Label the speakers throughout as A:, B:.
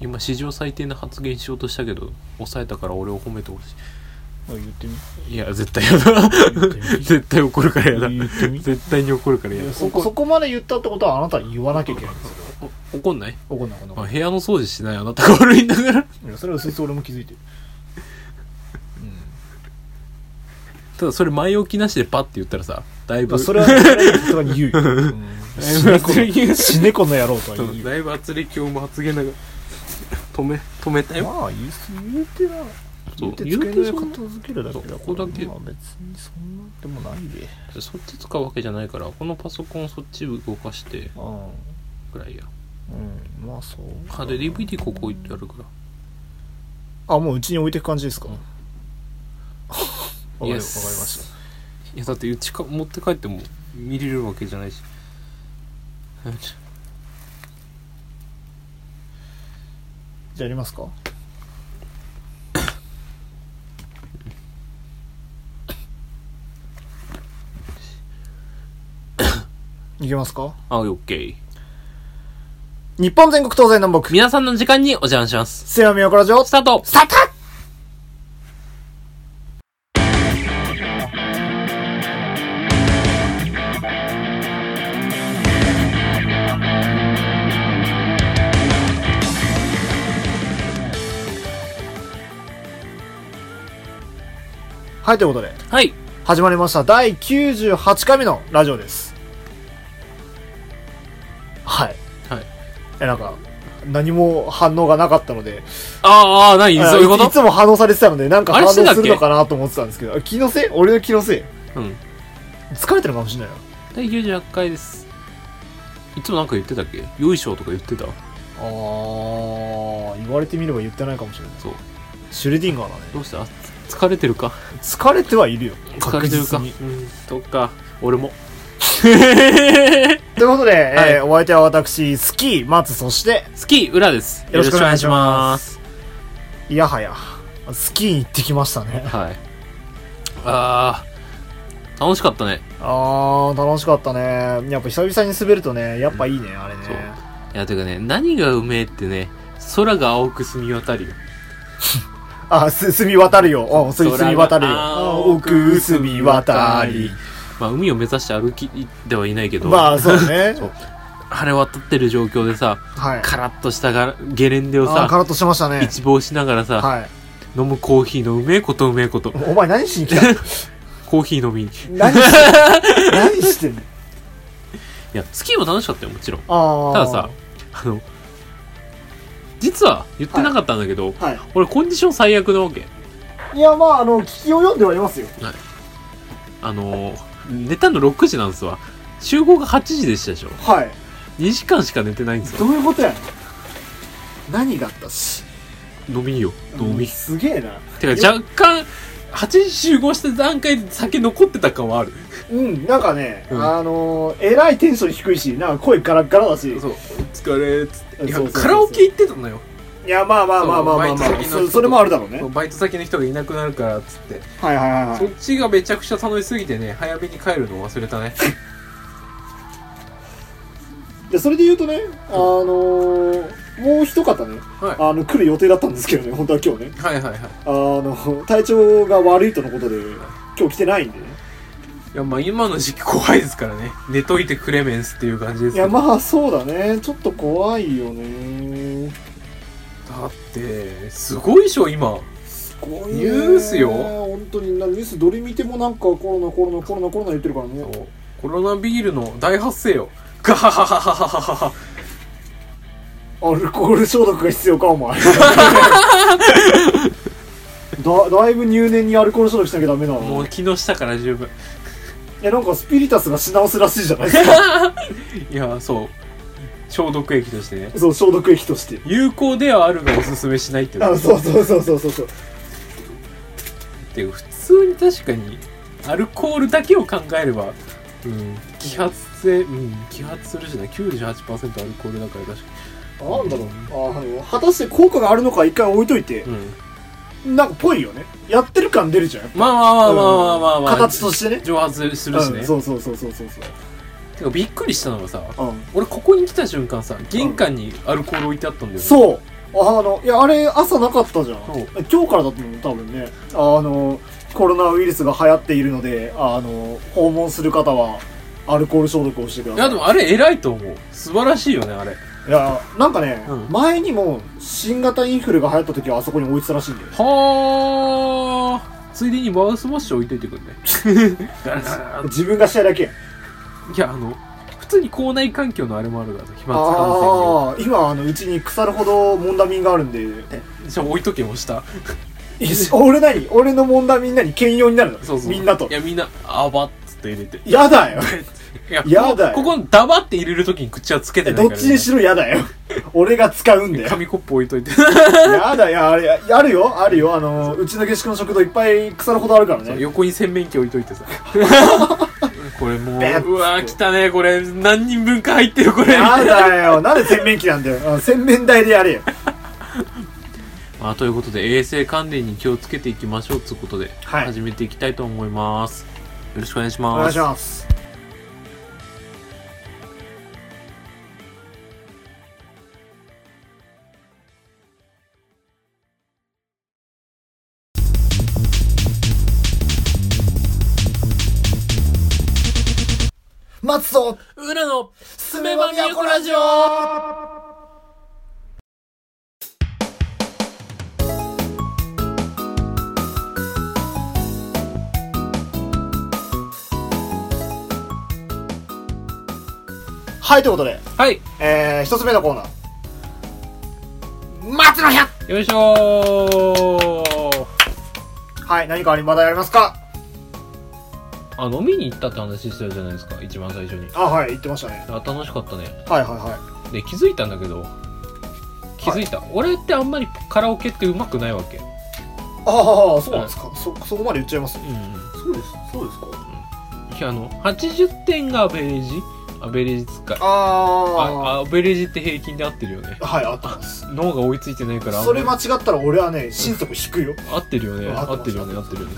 A: 今史上最低な発言しようとしたけど抑えたから俺を褒めてほし
B: あ言ってみ
A: いいや絶対やだ
B: 言ってみ
A: 絶対怒るからやだ
B: 言ってみ
A: 絶対に怒るからやだ
B: そ
A: 怒
B: そこまで言ったってことはあなたに言わなきゃいけないんですよ
A: 怒んない
B: 怒んなこと
A: あ
B: ない
A: 部屋の掃除しないあなたが悪いんだから
B: いやそれは薄々俺も気づいてる
A: ただそれ前置きなしでパッて言ったらさだい
B: ま
A: ぶ
B: あそれはそれはさすがに言うよ死猫
A: それ言う
B: の 死猫の野郎とは
A: そ
B: 言う
A: う
B: よ
A: だいぶ圧力をも発言だから止め止めたよ
B: まあ言う言うてな
A: そう
B: 言うて
A: 言う
B: 机
A: て
B: の上
A: そんな
B: 片付けるだけだから
A: そうここだけ
B: まあ別にそんなでもないで
A: そっち使うわけじゃないからこのパソコンそっち動かして
B: うん
A: ぐらいや
B: うんまあそう
A: あで DVD ここ置いてあるか
B: あもううちに置いてく感じですか、
A: うん
B: わか
A: ら
B: りわかりま
A: Yes
B: し
A: いやだってうちか持って帰っても見れるわけじゃないし
B: たじゃあやりますか いけますか
A: あオッケー
B: 日本全国東西南北
A: 皆さんの時間にお邪魔します
B: せやみよからじょ
A: スタート
B: スタートはい、ということで、
A: はい
B: 始まりました。第98回目のラジオです。はい。
A: はい。
B: え、なんか、何も反応がなかったので、
A: あーあー何
B: あ
A: そういうこ
B: い
A: と
B: つも反応されてたので、なんか
A: あ
B: 反
A: れ
B: 応
A: して
B: す
A: んだっけ
B: るのかなと思ってたんですけど、あ気のせい俺の気のせい
A: うん
B: 疲れてるのかもしれないよ。
A: 第98回ですいつもなんか言ってたっけよいしょとか言ってた
B: あー、言われてみれば言ってないかもしれない。
A: そう
B: シュレディンガーだね。
A: どうした疲れてるか
B: 疲れてはいるよ。
A: 疲れてるか
B: 確実に
A: うんとか俺も
B: ということで、
A: はい
B: えーお相手は私、スキー、松、そして、
A: スキー裏です
B: よろしくお願いしますいやはや、スキーに行ってきましたね。
A: はいあー楽しかったね
B: あー、楽しかったね。やっぱ久々に滑るとね、やっぱいいね、あれね。
A: そういやてかね何がうめえってね空が青く澄み渡るよ
B: あ、す、 澄み渡るよ。うん、す
A: 空
B: 澄
A: が
B: み渡るよ。
A: 青
B: 奥澄み渡り。
A: まあ海を目指して歩きではいないけど、
B: まあ、 そうね。
A: そう晴れ渡ってる状況でさ
B: はい。
A: カラッとしたがゲレンデを
B: あー、カ
A: さ
B: ラッとしてましたね。
A: 一望しながらさ、
B: はい。
A: 飲むコーヒーのうめえことうめえこと
B: お前何しに来 たの
A: コーヒー飲みにい
B: 何してんの何してんの
A: やスキーも楽しかったよもちろん
B: ああ。
A: たださ、あの実は言ってなかったんだけど、
B: はい。
A: 俺コンディション最悪なわけ
B: いや、まあ、あの、聞きを読んではいますよ。
A: あのー寝たの6時なんですわ集合が8時でしたでしょ
B: はい。
A: 2時間しか寝てないんですよ
B: どういうことやねん何があったし。
A: 飲みよ飲み
B: すげえな。
A: てか若干8時集合した段階で酒残ってた感はある
B: うん、なんかね、
A: うん
B: あのー、えらいテンション低いし、なんか声ガラッガラだし。
A: そうお疲れっつっていや
B: そうそうそうそう
A: カラオケ行ってたのよ
B: いや、まあまあまあまあまあ
A: そう
B: ま
A: バイト先
B: あ、
A: の人
B: そ
A: と
B: それもあるだろうね。
A: バイト先の人がいなくなるからっつって、
B: はいはいはいはい
A: そ。っちがめちゃくちゃ楽しすぎてね早めに帰るの忘れたね
B: でそれで言うとね、あのー、もう一方ね、
A: はい
B: あの、来る予定だったんですけどね、本当は今日ね。
A: はいはいはい
B: あの、体調が悪いとのことで、今日来てないん でね。
A: いやまあ今の時期怖いですからね寝といてクレメンスっていう感じです
B: い
A: けど
B: や、まあそうだね。ちょっと怖いよね。
A: だってすごいでしょ今
B: すごいね
A: ニュースよ
B: 本当にな、ニュースどれ見てもなんかコロナ、コロナ、コロナ、コロナ言ってるからね。
A: コロナビールの大発生よガハハハハハハハ
B: アルコール消毒が必要か、お前。だだいぶ入念にアルコール消毒しなきゃダメなの
A: もう気の下から十分
B: えなんかスピリタスがし直すらしいじ ゃないですか
A: いやそう消毒液としてね
B: そう消毒液と して
A: 有効ではあるがおすすめしないっていう
B: あそうそうそうそうそうそう
A: で普通に確かにアルコールだけを考えればうん揮発性うん揮発するしね98%アルコールだから確か
B: なんだろうあの果たして効果があるのか一回置いといて
A: に、う、ん、
B: なんかぽいよねやってる感出るじゃん
A: まあまあまあまあまあまあ、まあ
B: 形としてね
A: 蒸発するしね、
B: うん、そうそうそうそうそうそ
A: てかびっくりしたのがさ
B: う、うん、
A: 俺ここに来た瞬間さ玄関にアルコール置いてあったんだよね、
B: そうあの、いや、あれ、朝なかったじゃん
A: そう。
B: 今日からだったの、多分ね。あの、コロナウイルスが流行っているので、あの、訪問する方は、アルコール消毒をしてくだ
A: い
B: さ
A: や
B: い。
A: でもあれ偉いと思う素晴らしいよねあれ
B: いや、なんかね、
A: うん
B: 前にも、新型インフルが流行った時はあそこに置いてたらしいんだよ。
A: はあ ついでにマウスウォッシュ置いといてくんね
B: 自分がしたいだけ。
A: いやあの普通に校内環境のあれもあるから飛沫感
B: ああ、今、あの、うちに腐るほどモンダミンがあるんで、
A: 染じゃあ置いとけもした
B: いや俺なに俺のモンダミンなに兼用になるの
A: そうそう
B: みんなと
A: い。やみんなあばっつって入れて
B: やだ よ。
A: いや
B: やだよ
A: こここダバって入れるときに口はつけて
B: え
A: ない
B: ど
A: か
B: っ
A: ら、
B: ちにしろやだよ。 俺が使うんだ よ。
A: 紙コップ置いといて
B: やだよ、あれ、あるよ、あるよ、あの、うちの下宿の食堂いっぱい腐るほどあるからね。
A: 横に洗面器置いといて さこれもう
B: ベッ
A: うわ来たねこれ何人分か入ってるこれ
B: やだよ、なんで洗面器なんだよ。あ洗面台でやれよ。
A: まあ、ということで衛生関連に気をつけていきましょうということで、
B: はい
A: 始めていきたいと思いますよろしくお願いし
B: お
A: ます
B: 願いします。松尾
A: 裏のすめばみ
B: ばみ
A: や
B: や
A: こ
B: こ
A: ラ
B: ラ
A: ジ
B: ジ
A: オ
B: オはい、ということで、
A: はい
B: えー、一つ目のコーナー。松の百
A: よいしょー
B: はい、何かありまだやりますか
A: あ飲みに行ったって話してたじゃないですか一番最初に
B: あ、はい、言ってましたね。
A: あ楽しかったね
B: はい、はい、は
A: で気づいたんだけど気づいた、俺ってあんまりカラオケってうまくないわけ
B: い。ああ、そうなんですか。そ、そこまで言っちゃいます
A: うんうん
B: そうです、そうですか。
A: いやあの80点がアベレージアベレージ使い
B: あ
A: あアベレージって平均で合ってるよね
B: あ、はい、あってます。
A: 脳が追いついてないからあんま
B: それ
A: り
B: 間違ったら俺はね、心底引くよ。
A: 合ってるよね
B: 合って
A: 合
B: ます
A: ってるよね合ってるよね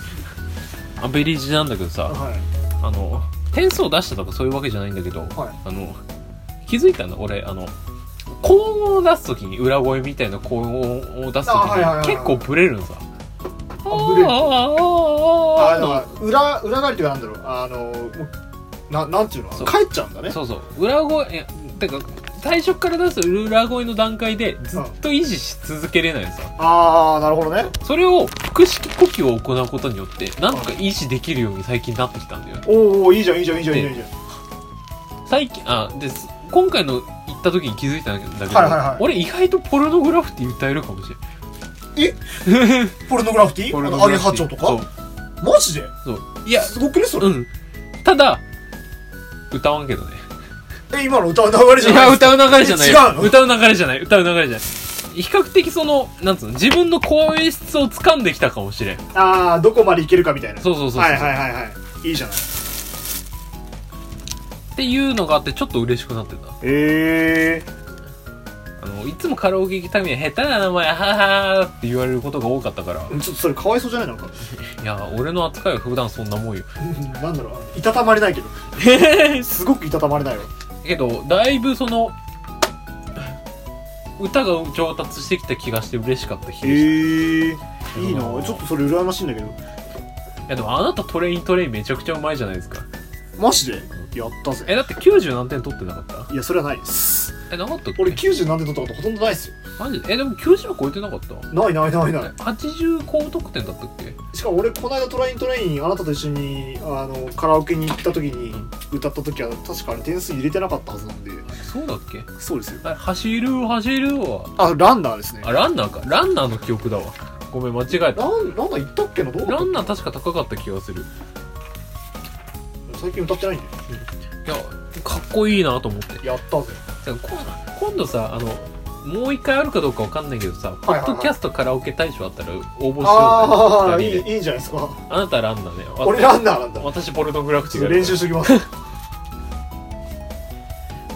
A: アベレージなんだけどさ
B: はい。
A: あの点数を出したとかそういうわけじゃないんだけど、
B: はい
A: あの気づいたんだ俺あの高音を出す時に裏声みたいな高音を出す時
B: あはいはいはいは
A: に
B: い
A: 結構ブレるのさ
B: あブレる
A: ああ
B: あ
A: ああああ
B: だ
A: の
B: から裏裏返りってなんだろうあのもうななんていうの
A: そう
B: 帰っちゃうんだね
A: そうそう裏声いやてか最初から出す裏声の段階でずっと維持し続けれないのさ
B: ああなるほどね
A: それを腹式呼吸を行うことによってなんとか維持できるように最近なってきたんだよね
B: おーおーいいじゃんいいじゃんいいじゃんいい
A: で
B: じゃんいいじゃ
A: 最近あです今回の行った時に気づいたんだけど、
B: はいはいはい
A: 俺意外とポルノグラフって歌えるかもしれない
B: んポルノグラフィティあのアゲハチョウとかマジで
A: そうそういや
B: すごくねそれ、
A: うんただ歌わんけどね
B: え今の歌う流れじゃ
A: い
B: ない
A: や歌う流れじゃないよ
B: 違うの
A: 歌う流れじゃない歌う流れじゃない比較的そのなんつうの自分の声質を掴んできたかもしれん
B: ああどこまでいけるかみたいな
A: そうそうそうそう、
B: はいはいはいはいいいじゃない
A: っていうのがあってちょっと嬉しくなってた
B: ええ
A: あのいつもカラオケ行くために下手な名前ははーって言われることが多かったから
B: ちょっとそれかわいそうじゃないなんか
A: いや俺の扱いは普段そんなもんよ
B: なんだろういたたまれないけどすごくいたたまれないわ
A: けどだいぶその歌が上達してきた気がして嬉しかった日でし
B: ええ
A: た
B: いいな
A: うん
B: ちょっとそれ羨ましいんだけど
A: いやでもあなたトレイントレインめちゃくちゃうまいじゃないですか
B: マジでやったぜ
A: えだって90何点取ってなかった
B: いやそれはないです
A: えなかったっけ
B: 俺90何点取ったことほとんどないっすよ
A: マジでえでも90は超えてなかった
B: ないないないな
A: え80高得点だったっけ
B: いしかも俺この間トライントレインあなたと一緒にあのカラオケに行った時に
A: うん
B: 歌った時は確かあれ点数入れてなかったはずなんで
A: そうだっけ
B: そうですよ
A: あ走る走るは
B: あランナーですね
A: あランナーかランナーの記憶だわごめん間違えた
B: ランランナー行ったっけなどうだっ
A: ランナー確か高かった気がする
B: た最近歌ってないんで
A: いやかっこいいなと思って
B: やったぜ
A: じゃあこ今度さあのもう一回あるかどうかわかんないけどさ、
B: はいはい
A: ポッドキャストカラオケ大賞あったら応募しよう
B: あ
A: よ
B: あ
A: 二
B: い
A: 人で
B: いいいじゃないですか
A: あなたランナーねわ
B: 俺ランナーなんだ
A: 私ポルノグラフ
B: ち
A: チ
B: ょっ
A: が
B: と練習しときます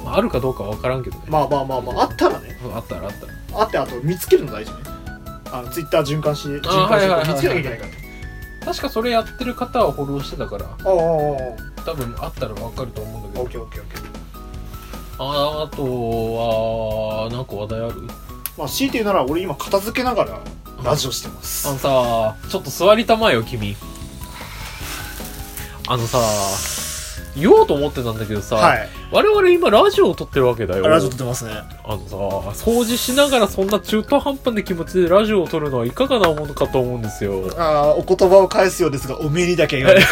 A: まああるかどうかわからんけどね、
B: まあまあまあまああったらね
A: あ、ったらあったら
B: あってあと見つけるの大事ねあのツイッター循環して循
A: あー
B: 環
A: は
B: して
A: いはいはいはい
B: 見つけなきゃいけないから
A: 確かそれやってる方はフォローしてたから
B: あああああ
A: 多分あったらわかると思うんだ
B: あオッ
A: けど
B: ケーオッケーオッケー
A: ああとはなんか話題ある
B: まあ、強いて言うなら俺今片付けながらラジオしてます
A: あのさちょっと座りたまえよ君あのさ言おうと思ってたんだけどさ、
B: はい
A: 我々今ラジオを撮ってるわけだよ
B: ラジオ撮ってますね
A: あのさ掃除しながらそんな中途半端な気持ちでラジオを撮るのはいかがなものかと思うんですよ
B: あーお言葉を返すようですがおめえにだけ言われ る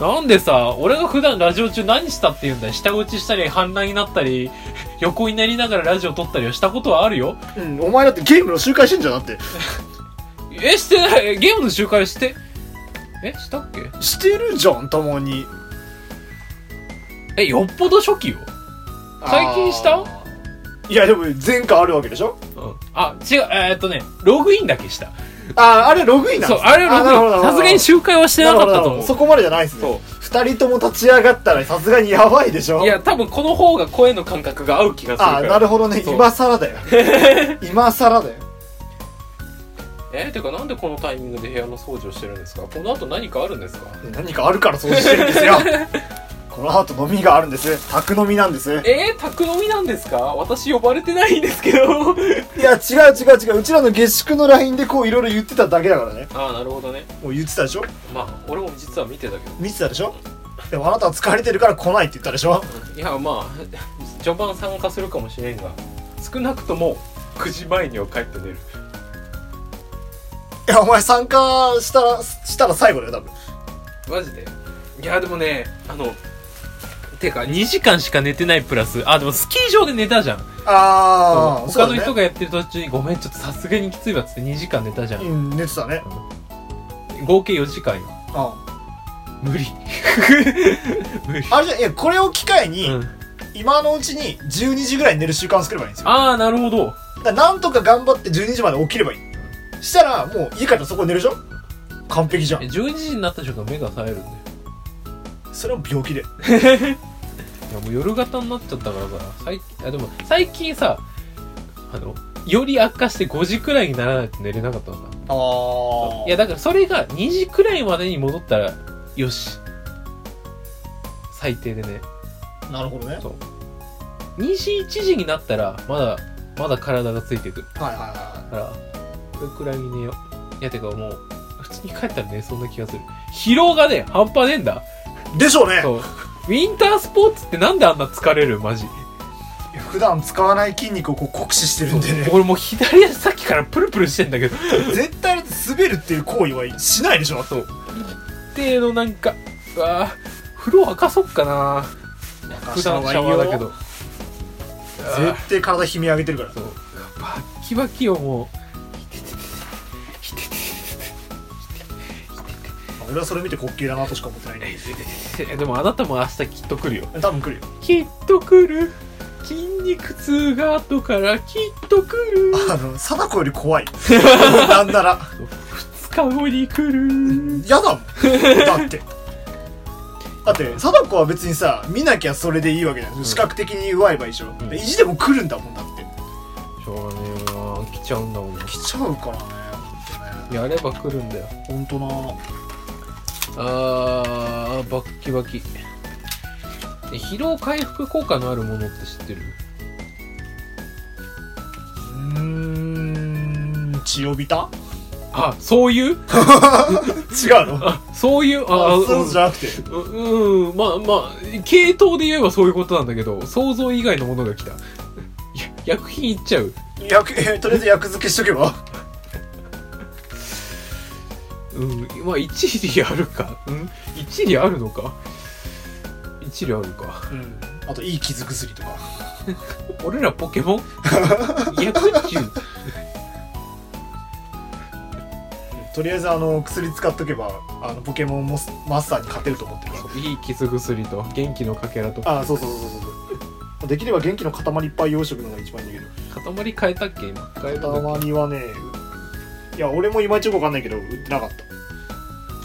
A: なんでさ俺が普段ラジオ中何したって言うんだよ下打ちしたり反乱になったり 横になりながらラジオ撮ったりはしたことはあるよ
B: うんお前だってゲームの集会してんじゃなくて
A: えしてないゲームの集会してえしたっけ
B: してるじゃんたまに
A: えよっぽど初期よ最近した
B: あーいやでも前回あるわけでしょ
A: うんあ、違う、えーっとね、ログインだけした。
B: あああれログインなん
A: そ
B: で
A: う
B: す、
A: あれは
B: なるほ
A: ログイ
B: ど
A: ン。さすがに集会はしてなかったと思
B: そこまでじゃないですね二人とも立ち上がったらさすがにやばいでしょ
A: う。いや、多分この方が声の感覚が合う気がする
B: あ
A: か
B: ー
A: ら。
B: なるほどね
A: そう
B: 今 更だよ今更だよ
A: えー、てかなんでこのタイミングで部屋の掃除をしてるんですかこの後何かあるんですか
B: 何かあるから掃除してるん ですよこの後飲みがあるんです宅飲みなんです
A: えー、宅飲みなんですか私呼ばれてないんですけ ど。
B: いや違う違う違ううちらの下宿の LINE でこういろいろ言ってただけだからね
A: あー、なるほどね。
B: もう言ってたでしょ
A: まあ、俺も実は見てたけ
B: 見てたでしょでもあなたは疲れてるから来ないって言ったでしょ
A: ど。いや、まあ、 序盤参加するかもしれんが、少なくとも9時前には帰って寝る。
B: いやお前参加したらしたら最後だよ多分
A: マジでいやでもねあのてか2時間しか寝てないプラスあでもスキー場で寝たじゃん
B: ああ
A: 他の人
B: が
A: がやってる途中にごめんちょっとさすがにきついわっつって2時間寝たじゃん
B: うん寝てたね
A: 合計4時間よ
B: あ
A: 無 理無理
B: あれじゃいやこれを機会に、
A: うん、
B: 今のうちに12時ぐらいに寝る習慣を作ればいいんですよ
A: ああなるほど
B: だからなんとか頑張って12時まで起きればいいしたらもう家帰ったらそこで寝るでしょ完璧じゃ
A: え
B: ん
A: 12時になった瞬間目が冴えるんだよ
B: それも病気で
A: いやもう夜型になっちゃったからさ最近あでも最近さあのより悪化して5時くらいにならないと寝れなかったんだ
B: ああ
A: いやだからそれが2時くらいまでに戻ったらよし最低でね
B: なるほどね
A: 2時1時になったらまだまだ体がついてく
B: はいはいは
A: からこれくらいに寝よういやてかもう普通に帰ったら寝そうな気がする疲労がね半端ねえんだ
B: いでしょうね
A: そうウィンタースポーツってなんであんな疲れるマジ
B: 普段使わない筋肉をこう酷使してるんでね
A: 俺もう左足さっきからプルプルしてんだけど
B: 絶対だって滑るっていう行為はしないでしょ
A: そう一定のなんかうわー風呂沸かそっかな普段シャワーだけど
B: 絶対体悲鳴上げてるから
A: そうバッキバキよも
B: 俺はそれ見て滑稽だなとしか思ってないね
A: うでもあなたも明日きっと来るよ
B: 多分来るよ
A: きっと来る筋肉痛が後からきっと来る
B: あの貞子より怖い なんなら
A: 2日後に来る
B: 嫌だもんだってだって貞子は別にさ見なきゃそれでいいわけじゃない、
A: ん
B: 視覚的に奪えばいいでしょ、
A: ん
B: 意地でも来るんだもんだって
A: しょうがねえよな来ちゃうんだもん
B: 来ちゃうからね
A: やれば来るんだよ
B: 本当ね
A: あーバッキバキえ疲労回復効果のあるものって知ってる
B: 本当なうーん血をびた
A: あそういう
B: 違うの
A: あそういうあ
B: あそうじゃなくて
A: ううんまあまあ系統で言えばそういうことなんだけど想像以外のものが来た や薬品いっちゃう
B: 薬えとりあえず薬漬けしとけば
A: うんまあ一理あるかうん一理あるのか一理あるか
B: うんあといい傷薬とか
A: 俺らポケ モン薬中
B: とりあえずあの薬使っとけばあのポケモンモスマスターに勝てると思ってるから
A: いい傷薬と元気のかけらとか
B: あそうそうそうそうそうできれば元気の塊いっぱい養殖のが一番いいんだけど
A: 塊変えたっけ今変えたっ
B: 塊はねいや俺もいまいちよくわかんないけど売ってなかった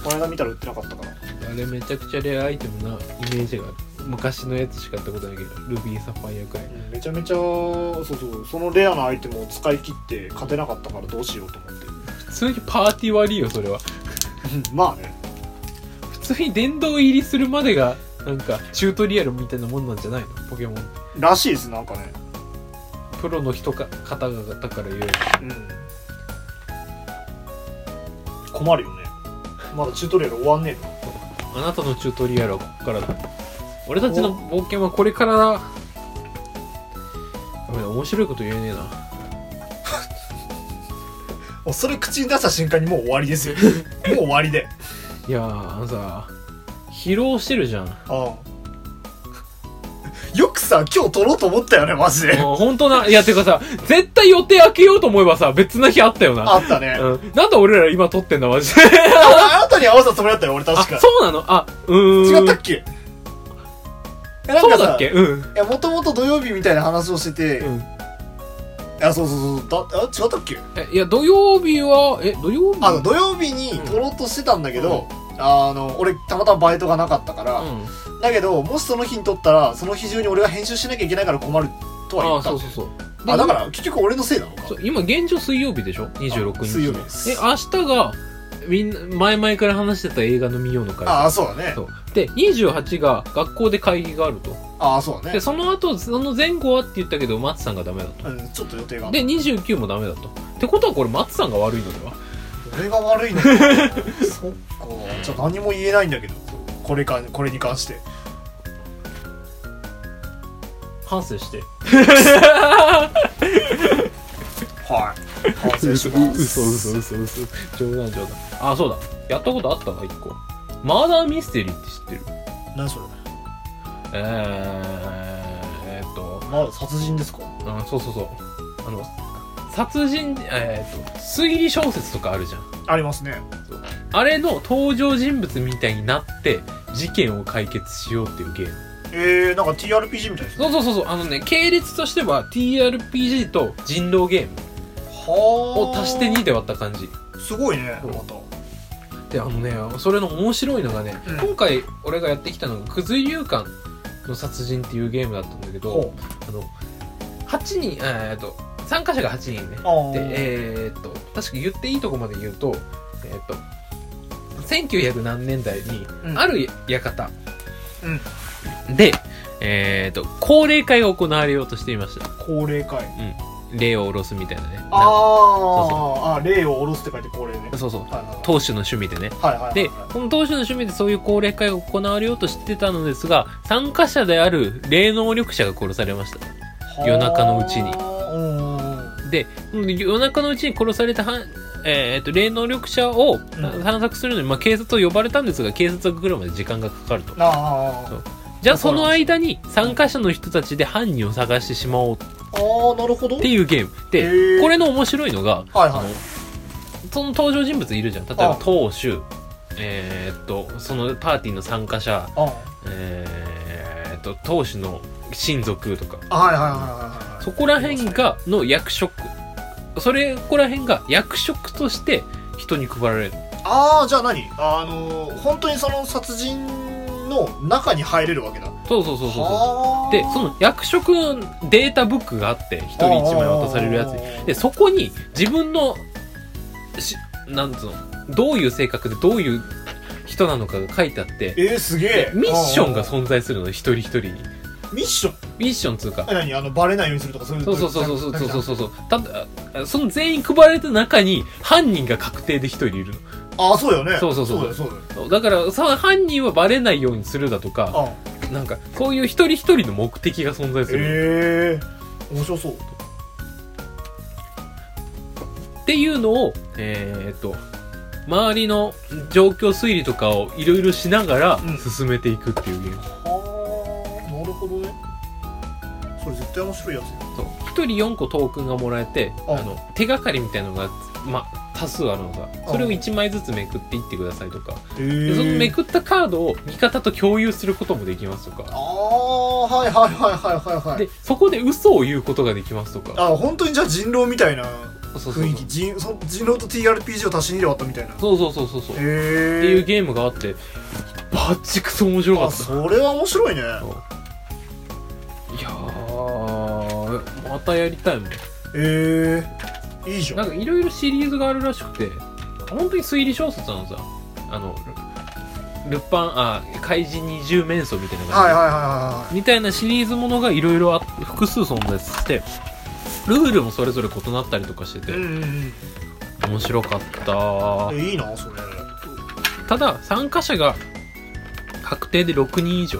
B: この間見たら売ってなかったかな
A: けあれめちゃくちゃレアアイテムなイメージがある昔のやつしかやったことないけどルビーサファイアくらい
B: めちゃめちゃそうそうそのレアなアイテムを使い切って勝てなかったからどうしようと思 って
A: 普通にパーティー悪いよそれは
B: まあね
A: 普通に殿堂入りするまでがなんかチュートリアルみたいなもんなんじゃないのポケモン
B: らしいですなんかね
A: プロの人か方々から言う
B: うん困るよねまだチュートリアル終わんね
A: あなたのチュートリアルはここからだ俺たちの冒険はこれからだごめん面白いこと言えねえな
B: えなそれ口に出した瞬間にもう終わり ですよもう終わりで
A: いやーあのさ疲労してるじゃんあ
B: ああよくさ今日撮ろうと思ったよねマ ジで
A: 本当ないやてかさ絶対予定開けようと思えばさ別な日あったよな
B: あったね
A: うん、なんで俺ら今撮ってんだマジで
B: ああなたに合わせたつもりだったよ俺
A: あ
B: 確か
A: そうなのあうーん
B: 違ったっけえなん
A: そ
B: か
A: うだっ
B: さ
A: けうん
B: いやもともと土曜日みたいな話をしてて、
A: う
B: い
A: ん
B: やそうそうそうだあ違ったっけ
A: えいや土曜日はえ土曜日
B: あの土曜日に撮ろうとしてたんだけど、あの俺たまたまバイトがなかったから、
A: うん、
B: だけどもしその日に撮ったらその日中に俺が編集しなきゃいけないから困るとは
A: あ
B: 言
A: あ
B: った
A: そうそうそう
B: あだから結局俺のせいなのか
A: そう今現状水曜日でしょ26日
B: あ水曜日です
A: で明日がみんな前々から話してた映画の見ようの会
B: ああそうだね
A: そうで28が学校で会議があると
B: ああそうだ
A: で
B: ね、
A: その後その前後はって言ったけど松さんがダメだと
B: うん、ちょっと予定が
A: で29もダメだとってことはこれ松さんが悪いのでは
B: 俺が悪いのか そっかじゃあ何も言えないんだけどこれかこれに関して
A: 反省して
B: はい反省します
A: 嘘嘘冗談冗談あそうだやったことあったわ一個マーダーミステリーって知ってる
B: 何それ
A: えー、えーっと
B: まだ殺人ですか
A: あそうそうそうあの殺人えーっと推理小説とかあるじゃん
B: ありますね
A: あれの登場人物みたいになって事件を解決しようっていうゲーム
B: えー、なんか TRPG みたいです
A: そ
B: ね
A: うそうそうそうあのね系列としては TRPG と人狼ゲーム
B: は
A: を足して2で割った感じ
B: すごいね
A: そ
B: ま
A: う
B: た
A: であのねそれの面白いのがね、
B: うん
A: 今回俺がやってきたのが「くず勇館の殺人」っていうゲームだったんだけど
B: ほ
A: あの8人えーっと参加者が8人ね
B: あー
A: でえーっと確か言っていいとこまで言うとえーっと1900何年代に
B: うん
A: ある館、で、えーっと高齢会が行われようとしていました
B: 高齢会
A: 霊を下ろすみたいなね
B: あー
A: そうそ
B: あ霊を下ろすって書いて高齢ね
A: なそうそう
B: はいはい
A: 当主の趣味でね
B: はいはいはいはい
A: でこの当主の趣味でそういう高齢会が行われようとしてたのですが参加者である霊能力者が殺されました夜中のうちに
B: うんうんうん
A: で夜中のうちに殺されたはんえーっと霊能力者を探索するのに、まあ、警察を呼ばれたんですが警察が来るまで時間がかかると
B: あ
A: そう
B: ー
A: じゃあその間に参加者の人たちで犯人を探してしまおうっ
B: あーなるほど
A: ていうゲーム
B: へ
A: で
B: ー
A: これの面白いのが
B: はい
A: あ
B: は
A: の
B: い
A: その登場人物いるじゃん例え
B: あ
A: ば
B: あ
A: 当主えーっとそのパーティーの参加者
B: あ
A: えーっと当主の親族とか
B: あはいはいはいはいはい
A: そこら辺がの役職それこら辺が役職として人に配られる
B: ああじゃあ何あのー本当にその殺人の中に入れるわけだ
A: そうそうそうそうそう
B: は
A: で
B: ー
A: その役職のデータブックがあって一人一枚渡されるやつ
B: つ
A: でそこに自分のしなんつうのどういう性格でどういう人なのかが書いてあって
B: えー、すげえ
A: ミッションが
B: あ
A: 存在するの一人一人に
B: ーミッション
A: ミッションつうか
B: え何あのバレないようにするとかそういう
A: そうそうそうそうそうそうそ
B: う
A: うそうただあその全員配られた中に犯人が確定で一人いる
B: ああそうだよね
A: そうそうそう
B: そうだよそうだよ
A: のだからさ犯人はバレないようにするだとか
B: あ
A: なんかそういう一人一人の目的が存在する
B: ええ面白そう
A: っていうのをえーっと周りの状況推理とかをいろいろしながら
B: うん
A: 進めていくっていうゲーム
B: はあなるほどねそれ絶対面白いやつや
A: そう1人4個トークンがもらえて
B: うん
A: あの手がかりみたいなのが、まあ、多数あるのがそれを1枚ずつめくっていってくださいとか
B: え
A: でそのめ
B: ー、
A: くったカードを味方と共有することもできますとか
B: ああはいはいはいはいはいはい
A: でそこで嘘を言うことができますとか
B: あ本当にじゃあ人狼みたいな
A: そうそう
B: 雰囲気人そ人狼と TRPG を足しにで割ったみたいな
A: そうそうそうそうそうそう
B: へ
A: っ
B: え
A: て
B: ー、
A: いうゲームがあってバッチクソ面白か
B: あ
A: った
B: それは面白いね
A: そういやーまたやりたいもん
B: ええいいじゃん
A: なんかいろいろシリーズがあるらしくて本当に推理小説なのさあのルルパンあ怪人二重面相みたいな感じ、
B: はいはいはいはいはい
A: みたいなシリーズものがいろいろあって複数存在してルールもそれぞれ異なったりとかしてて、
B: うん
A: 面白かった
B: うんいいなそれ
A: ただ参加者が確定で6人以上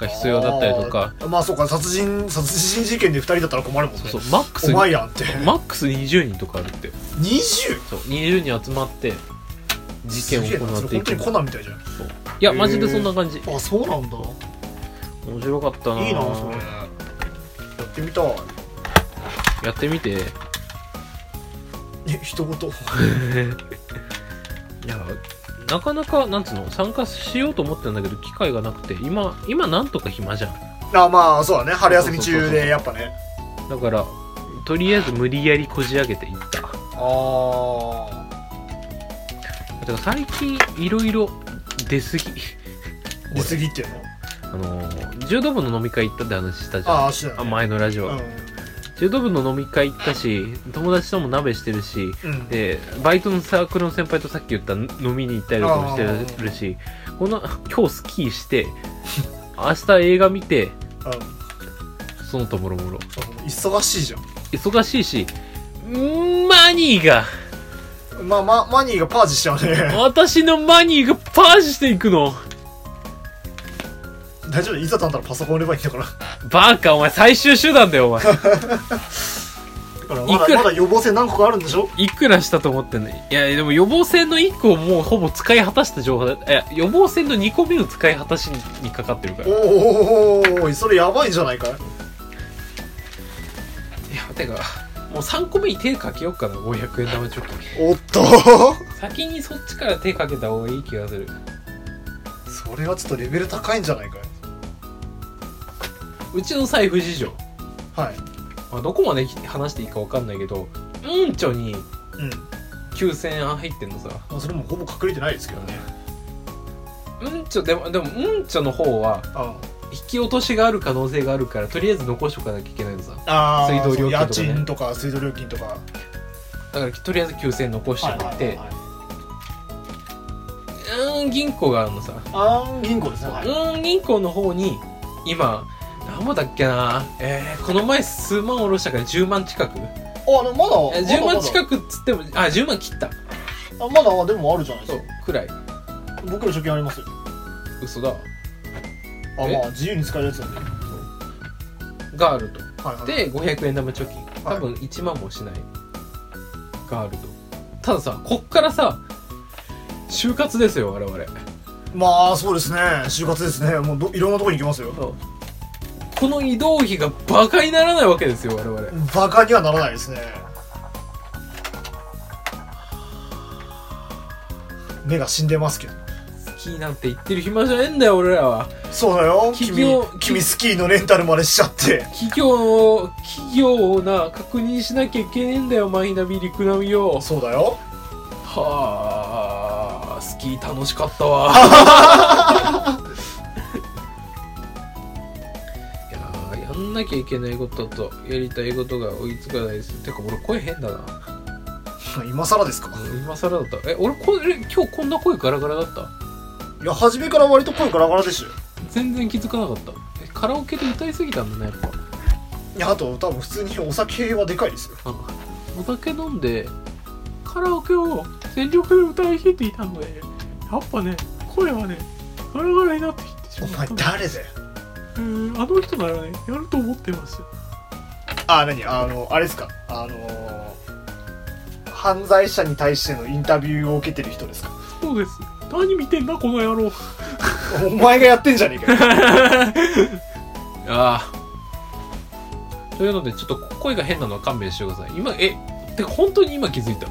A: が必要だったりとか
B: あーまあそうか殺人殺人事件で2人だったら困るもんね
A: そうそうマックス
B: お前やんって
A: マックス20人とかあるって
B: 20?
A: そう20人集まって事件を行ってい
B: すげえなそれ本当
A: く
B: にコナンみたいじゃん
A: そういやマジでそんな感じ
B: あそうなんだ
A: 面白かったない
B: いなそれやってみたい
A: やってみてい
B: え一言
A: やなかなかなんつうの参加しようと思ってたんだけど機会がなくて今今なんとか暇じゃん
B: あまあそうだね春休み中でやっぱね
A: だからとりあえず無理やりこじ上げていった
B: あ
A: だから最近いろいろ出過ぎ
B: あ出過ぎっていうの
A: あのー柔道部の飲み会行ったって話したじゃん
B: ああしてた
A: あ
B: ね
A: 前のラジオ、柔道部の飲み会行ったし友達とも鍋してるし
B: うん、うん、
A: でバイトのサークルの先輩とさっき言った飲みに行ったりとかもしてるしこの今日スキーして明日映画見て
B: あの
A: そのともろもろ
B: 忙しいじゃ
A: 忙しいしマニーが
B: んまあまマニーがパージしちゃうね
A: 私のマニーがパージしていくの
B: 大丈夫いざたんだらパソコン売ればいいんだからだ
A: バカお前最終手段だよお前
B: からま
A: いく
B: だ
A: ら
B: まだ予防線何個かあるんでしょ
A: いくらしたと思ってんのいやでも予防線の1個をもうほぼ使い果たした情報だいや予防線の2個目の使い果たしにかかってるから
B: おーおーおーおーそれやばいんじゃないかい
A: いやてかもう3個目に手かけようかな500円玉貯金
B: おっと
A: 先にそっちから手かけた方がいい気がする
B: それはちょっとレベル高いんじゃないかいう
A: ちの財布事情、
B: はい
A: まあ、どこまで話していいか分かんないけどうんちょに
B: うん
A: 9000円入ってんのさ
B: まあそれもほぼ隠れてないですけどね
A: うんちょでもでもうんちょの方は
B: あ
A: 引き落としがある可能性があるからとりあえず残しとかなきゃいけないのさ
B: あ
A: 水道料金とかね
B: そう家賃とか水道料金とか
A: だからとりあえず9000円残しておいて、
B: いう
A: ーん銀行があるのさ
B: あー銀行ですね、
A: う
B: はい
A: ーん銀行の方に今何もだっけなえー、この前数万下ろしたから10万近く
B: あでもまだ
A: え10万
B: く
A: 近くっつってもあ10万切った
B: あまだでもあるじゃないで
A: そう
B: すか
A: くらい
B: 僕の貯金ありますよ
A: 嘘だ
B: あ
A: え
B: まあ自由に使えるやつなんで
A: があると
B: はいはい
A: で500円玉貯金
B: はい
A: 多分1万もしない、があるとたださこっからさ就活ですよ我々
B: まあそうですね就活ですねもうどいろんなとこに行きますよ
A: この移動費がバカにならないわけですよ我々
B: バカにはならないですね目が死んでますけど
A: スキーなんて言ってる暇じゃねえんだよ俺らは
B: そうだよ
A: 企
B: 君
A: 業
B: 君スキーのレンタルまでしちゃって
A: 企業を企業をな確認しなきゃいけねえんだよマイナビリクナビを
B: そうだよ
A: はあスキー楽しかったわ いやーやんなきゃいけないこととやりたいことが追いつかないですてか俺声変だな
B: 今更ですか
A: 今更だったえ俺これ今日こんな声ガラガラだった
B: いや初めから割と声ガラガラでしょ
A: 全然気づかなかったえカラオケで歌いすぎたんだねやっぱ
B: いやあと多分普通にお酒はでかいですよ
A: あお酒飲んでカラオケを全力で歌い切っていたのでやっぱね声はねガラガラになってきてし
B: お
A: ま
B: 前
A: った
B: 誰だよ
A: うーんあの人ならねやると思ってます
B: あ何あのあれですかあのー犯罪者に対してのインタビューを受けてる人 ですか
A: そうです何見てんだこの野郎
B: お前がやってんじゃねえかよ
A: ああというのでちょっと声が変なのは勘弁してください今えてか本当に今気づいた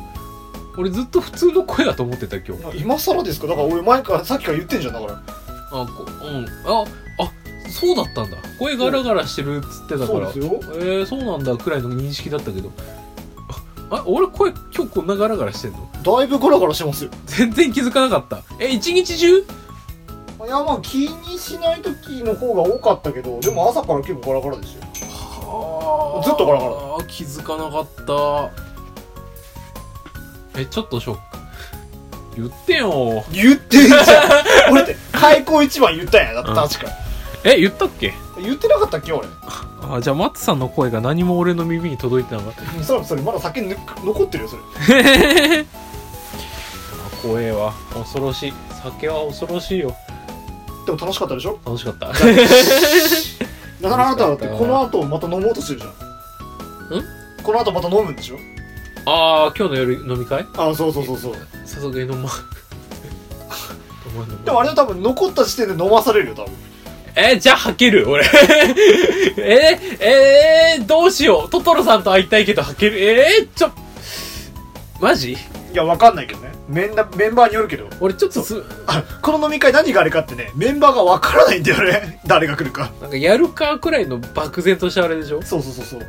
A: 俺ずっと普通の声だと思ってた今日
B: 今更ですかだから俺前からさっきから言ってんじゃんだから
A: あこうんああそうだったんだ声ガラガラしてるっつってたから
B: よ
A: えー、そうなんだくらいの認識だったけどああ俺声今日こんなガラガラしてんの
B: だいぶゴラゴラしてますよ
A: 全然気づかなかったえ一日中
B: いやまあ気にしない時の方が多かったけどでも朝から結構ガラガラですよ
A: は
B: ずっとガラガ
A: ラ気づかなかったえちょっとショック言ってよ
B: 言ってんじゃん俺って開口一番言ったんやだって確か
A: え言ったっけ
B: 言ってなかったっけ俺
A: あじゃあマッツさんの声が何も俺の耳に届いてなかった
B: うんそれそれまだ酒ぬく残ってるよそれ
A: 怖えわ恐ろしい酒は恐ろしいよ
B: でも楽しかったでしょ
A: 楽しか った
B: だからあなただってこの後また飲もうとしてるじゃんこの後また飲むんでしょ
A: ああ今日の夜飲み会
B: あそうそうそうそう
A: 早速 飲ま飲まん飲まん
B: でもあれは多分残った時点で飲まされるよ多分
A: えじゃあ吐ける俺 ええー、どうしようトトロさんと会いたいけど吐けるえー、ちょマジ
B: いやわかんないけどねメンダメンバーによるけど
A: 俺ちょっとす
B: あこの飲み会何があれかってねメンバーがわからないんだよね 誰が来るか
A: なんかやるかくらいの漠然としたあれでしょ
B: そうそうそうそう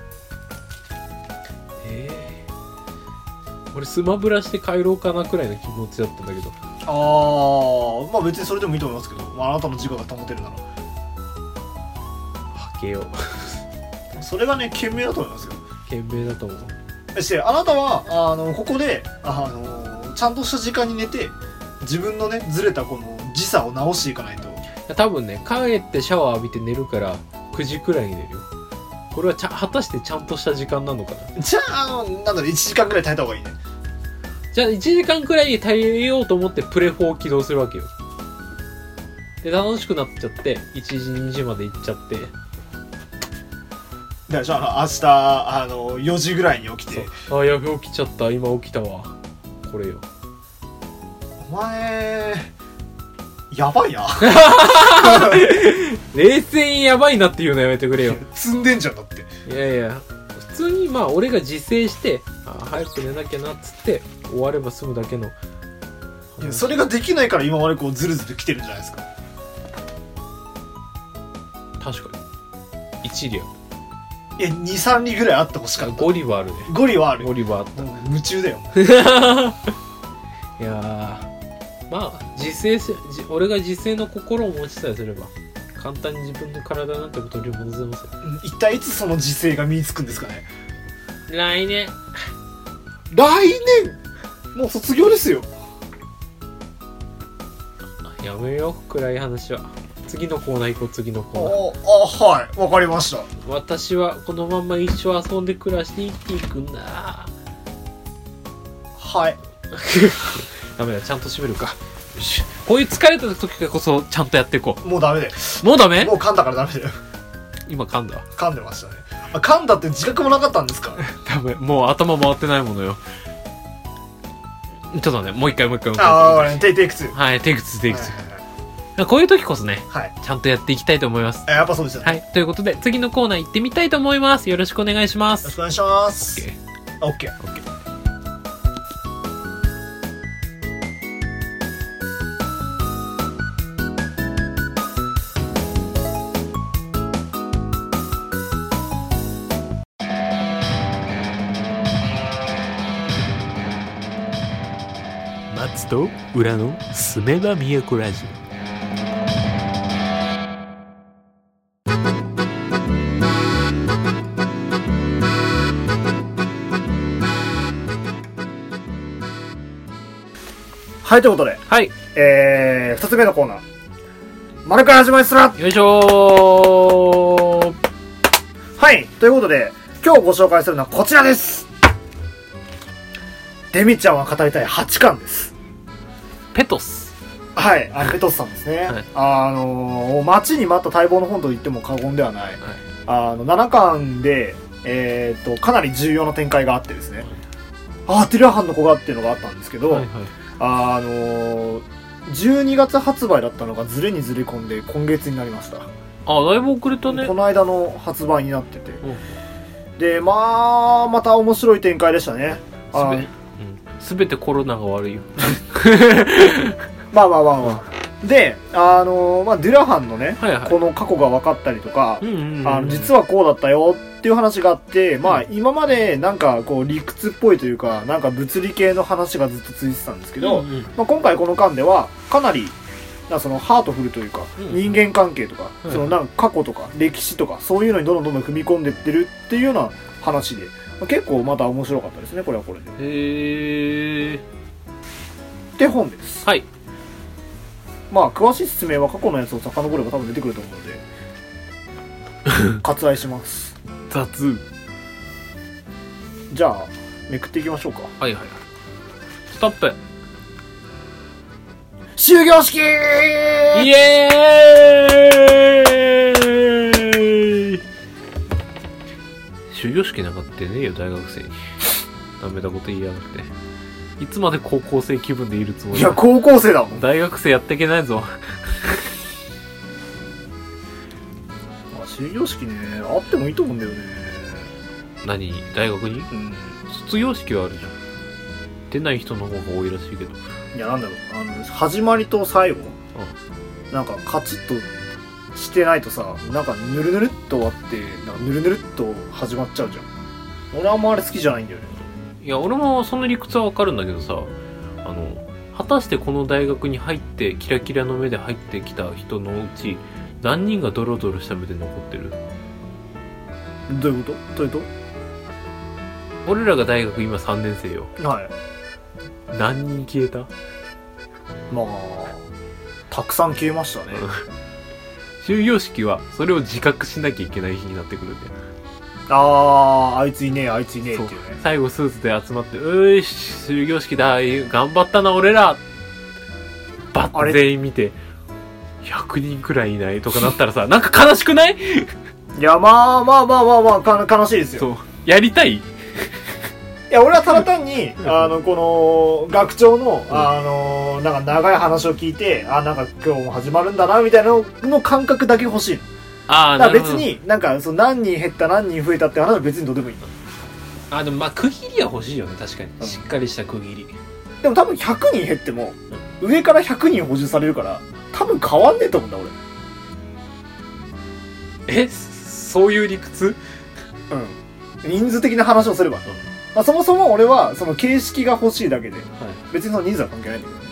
A: えー、俺スマブラして帰ろうかなくらいの気持ちだったんだけど
B: ああまあ別にそれでもいいと思いますけど、まあ、あなたの自我が保てるなら
A: 吐けよう
B: それがね賢明だと思いますよ
A: 懸命だと思う
B: そしてあなたはあのここであのちゃんとした時間に寝て自分のねずれたこの時差を直していかないと
A: 多分ね帰ってシャワー浴びて寝るから9時くらいに寝るよこれはちゃ果たしてちゃんとした時間なのかな
B: じゃああのなんだろう1時間ぐらい耐えた方がいいね
A: じゃあ1時間くらい耐えようと思ってプレ4を起動するわけよで楽しくなっちゃって1時2時まで行っちゃって
B: じゃあじゃあ明日あの4時ぐらいに起きて
A: そうあやべ起きちゃった今起きたわこれよ
B: お前やばいな
A: 冷静にやばいなっていうのやめてくれよ
B: 積んでんじゃんだって
A: いやいや普通にまあ俺が自制してあ早く寝なきゃなっつって終われば済むだけの
B: いやそれができないから今までこうずるずる来てるんじゃないですか
A: 確かに一理あ
B: いや23理ぐらいあってほしか
A: る
B: っ
A: ゴリはあるね
B: たゴリはある
A: ゴリはあった
B: もう夢中だよ
A: いやーまあ自制しじ俺が自制の心を持ちさえすれば簡単に自分の体なんてことを取り戻せますよ
B: うん一体いつその時勢が身につくんですかね
A: 来年
B: 来年もう卒業ですよ
A: やめよう暗い話は次のコーナー行こう次の
B: ああ
A: コーナー
B: はいわかりました
A: 私はこのまま一生遊んで暮らして生きていくんだ
B: はい
A: ダメだちゃんと締めるかよしこういう疲れた時こそちゃんとやっていこ
B: もうダメだよ
A: うもうダメ
B: もう噛んだからダメだよ
A: 今噛んだ
B: 噛んでましたねあ噛んだって自覚もなかったんで すか
A: ダメもう頭回ってないものよちょっとねもう一回もう一回もう一回
B: ああテイテイク2
A: はいテイクツーテ
B: テ
A: イクツーこういう時こそね
B: はい
A: ちゃんとやっていきたいと思います。
B: あやっぱそうですよね、
A: はい。ということで、次のコーナー行ってみたいと思います。よろしくお願いしま
B: よろし
A: す。
B: くお願いします
A: オッケ
B: あ OK
A: マツと裏のすめばみやこラジ
B: はいということで
A: オ。はい。
B: えー、2つ目のコーナー「丸から始まりすら」
A: よいしょー。
B: はい、ということで、今日ご紹介するのはこちらです。デミちゃんは語りたい8巻です。
A: ペトス。
B: はい、あの、ペトスさんですね。
A: はい
B: あのー待ちに待った待望の本と言っても過言ではない。あの、7巻で、えーっと、かなり重要な展開があってですね。あー、ティラハンの子がっていうのがあったんですけど、
A: はいはい。
B: あのー12月発売だったのがずれにずれ込んで今月になりました。
A: あ、だいぶ遅れたね。
B: この間の発売になってて、
A: ん
B: でまあまた面白い展開でしたね
A: す
B: あ
A: べ、すべてコロナが悪いよ。
B: まあまあまあまあであのーまあ、デュラハンのね、
A: はいはい
B: こ。の過去が分かったりとか、
A: うんうんうん。
B: あの実はこうだったよっていう話があって、まあ今までなんかこう理屈っぽいというかなんか物理系の話がずっと続いてたんですけど、
A: うんうん
B: まあ、今回この間ではかなりなんかそのハートフルというか、
A: うん
B: 人間関係とか、
A: うん
B: そのなんか過去とか歴史とかそういうのにどんどんどんどん踏み込んでってるっていうような話で、まあ結構また面白かったですねこれはこれで。
A: へー。
B: って本です。
A: はい。
B: まあ詳しい説明は過去のやつを遡れば多分出てくると思うので割愛します
C: 雑
B: じゃあめくっていきましょうか
A: はいはいはいストップ
B: 終業式
A: イエーイ修業式なんかってねえよ大学生にダメだこと言いやがっていつまで高校生気分でいるつも
B: い
A: り
B: や
A: だ
B: 高校生だもん
A: 大学生やっていけないぞ
B: 終業式ねあってもいいと思うんだよね
A: 何大学に
B: うん
A: 卒業式はあるじゃん出ない人の方が多いらしいけど
B: いやなんだろうあの始まりと最後なんかカチッとしてないとさなんかぬるぬるっと終わってなんかぬるぬるっと始まっちゃうじゃん俺あんまあれ好きじゃないんだよね
A: いや俺もその理屈はわかるんだけどさあの果たしてこの大学に入ってキラキラの目で入ってきた人のうち何人がドロドロした目で残ってる
B: どういうことどういうこ
A: 俺らが大学今3年生よ
B: とはい
A: 何人消えた
B: まあたくさん消えましたね
A: 終業式はそれを自覚しなきゃいけない日になってくるんだよ
B: あああいついねえあいついねえっていうね
A: 最後スーツで集まって「うーし終業式だ頑張ったな俺ら」バ
B: あ
A: ッ
B: れ
A: て全員見て100人くらいいないとかなったらさ なんか悲しくない
B: いやまあまあまあまあまあか悲しいですよ
A: そうやりたい
B: いや俺はただ単に
A: ん
B: あのこの学長のあのなんか長い話を聞いてあなんか今日も始まるんだなみたいなのの感覚だけ欲しい
A: ああ
B: だから別になんかその何人減った何人増えたって話は別にどうでもいい
A: あでもまあ区切りは欲しいよね確か
B: うん
A: にしっかりした区切り
B: でも多分100人減っても上から100人補充されるから多分変わんねえと思うんだ俺
A: えそういう理屈
B: うん人数的な話をすれば、まあ、そもそも俺はその形式が欲しいだけで、別にその人数は関係ないんだけどね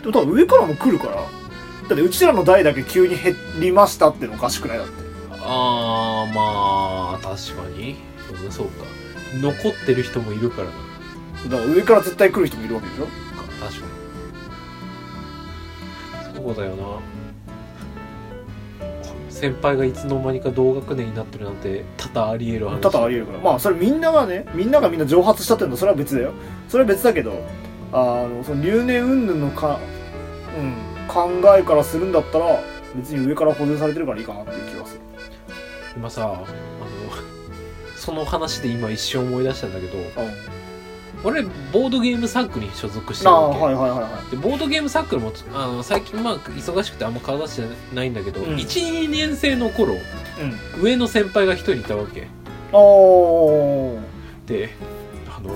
B: でも多分上からも来るからだってうちらの代だけ急に減りましたってのおかしくないだって
A: ああまあ確かにそうねそうか残ってる人もいるからな
B: だから上から絶対来る人もいるわけでしょ
A: 確かにそうだよな先輩がいつの間にか同学年になってるなんて多々ありえる話
B: 多々あり得るからまあそれみんながねみんながみんな蒸発したっていうのはそれは別だよそれは別だけどあのその留年云々のか、うん、考えからするんだったら別に上から補充されてるからいいかなっていう気がする
A: 今さあの その話で今一瞬思い出したんだけど
B: うん
A: 俺ボードゲームサークルに所属して
B: あ
A: る
B: あ
A: わけ
B: はいはいはいはい
A: でボードゲームサークルもあの最近まあ忙しくてあんま顔出してないんだけど、
B: うん
A: 12年生の頃
B: うん
A: 上の先輩が一人いたわけ
B: おー
A: であの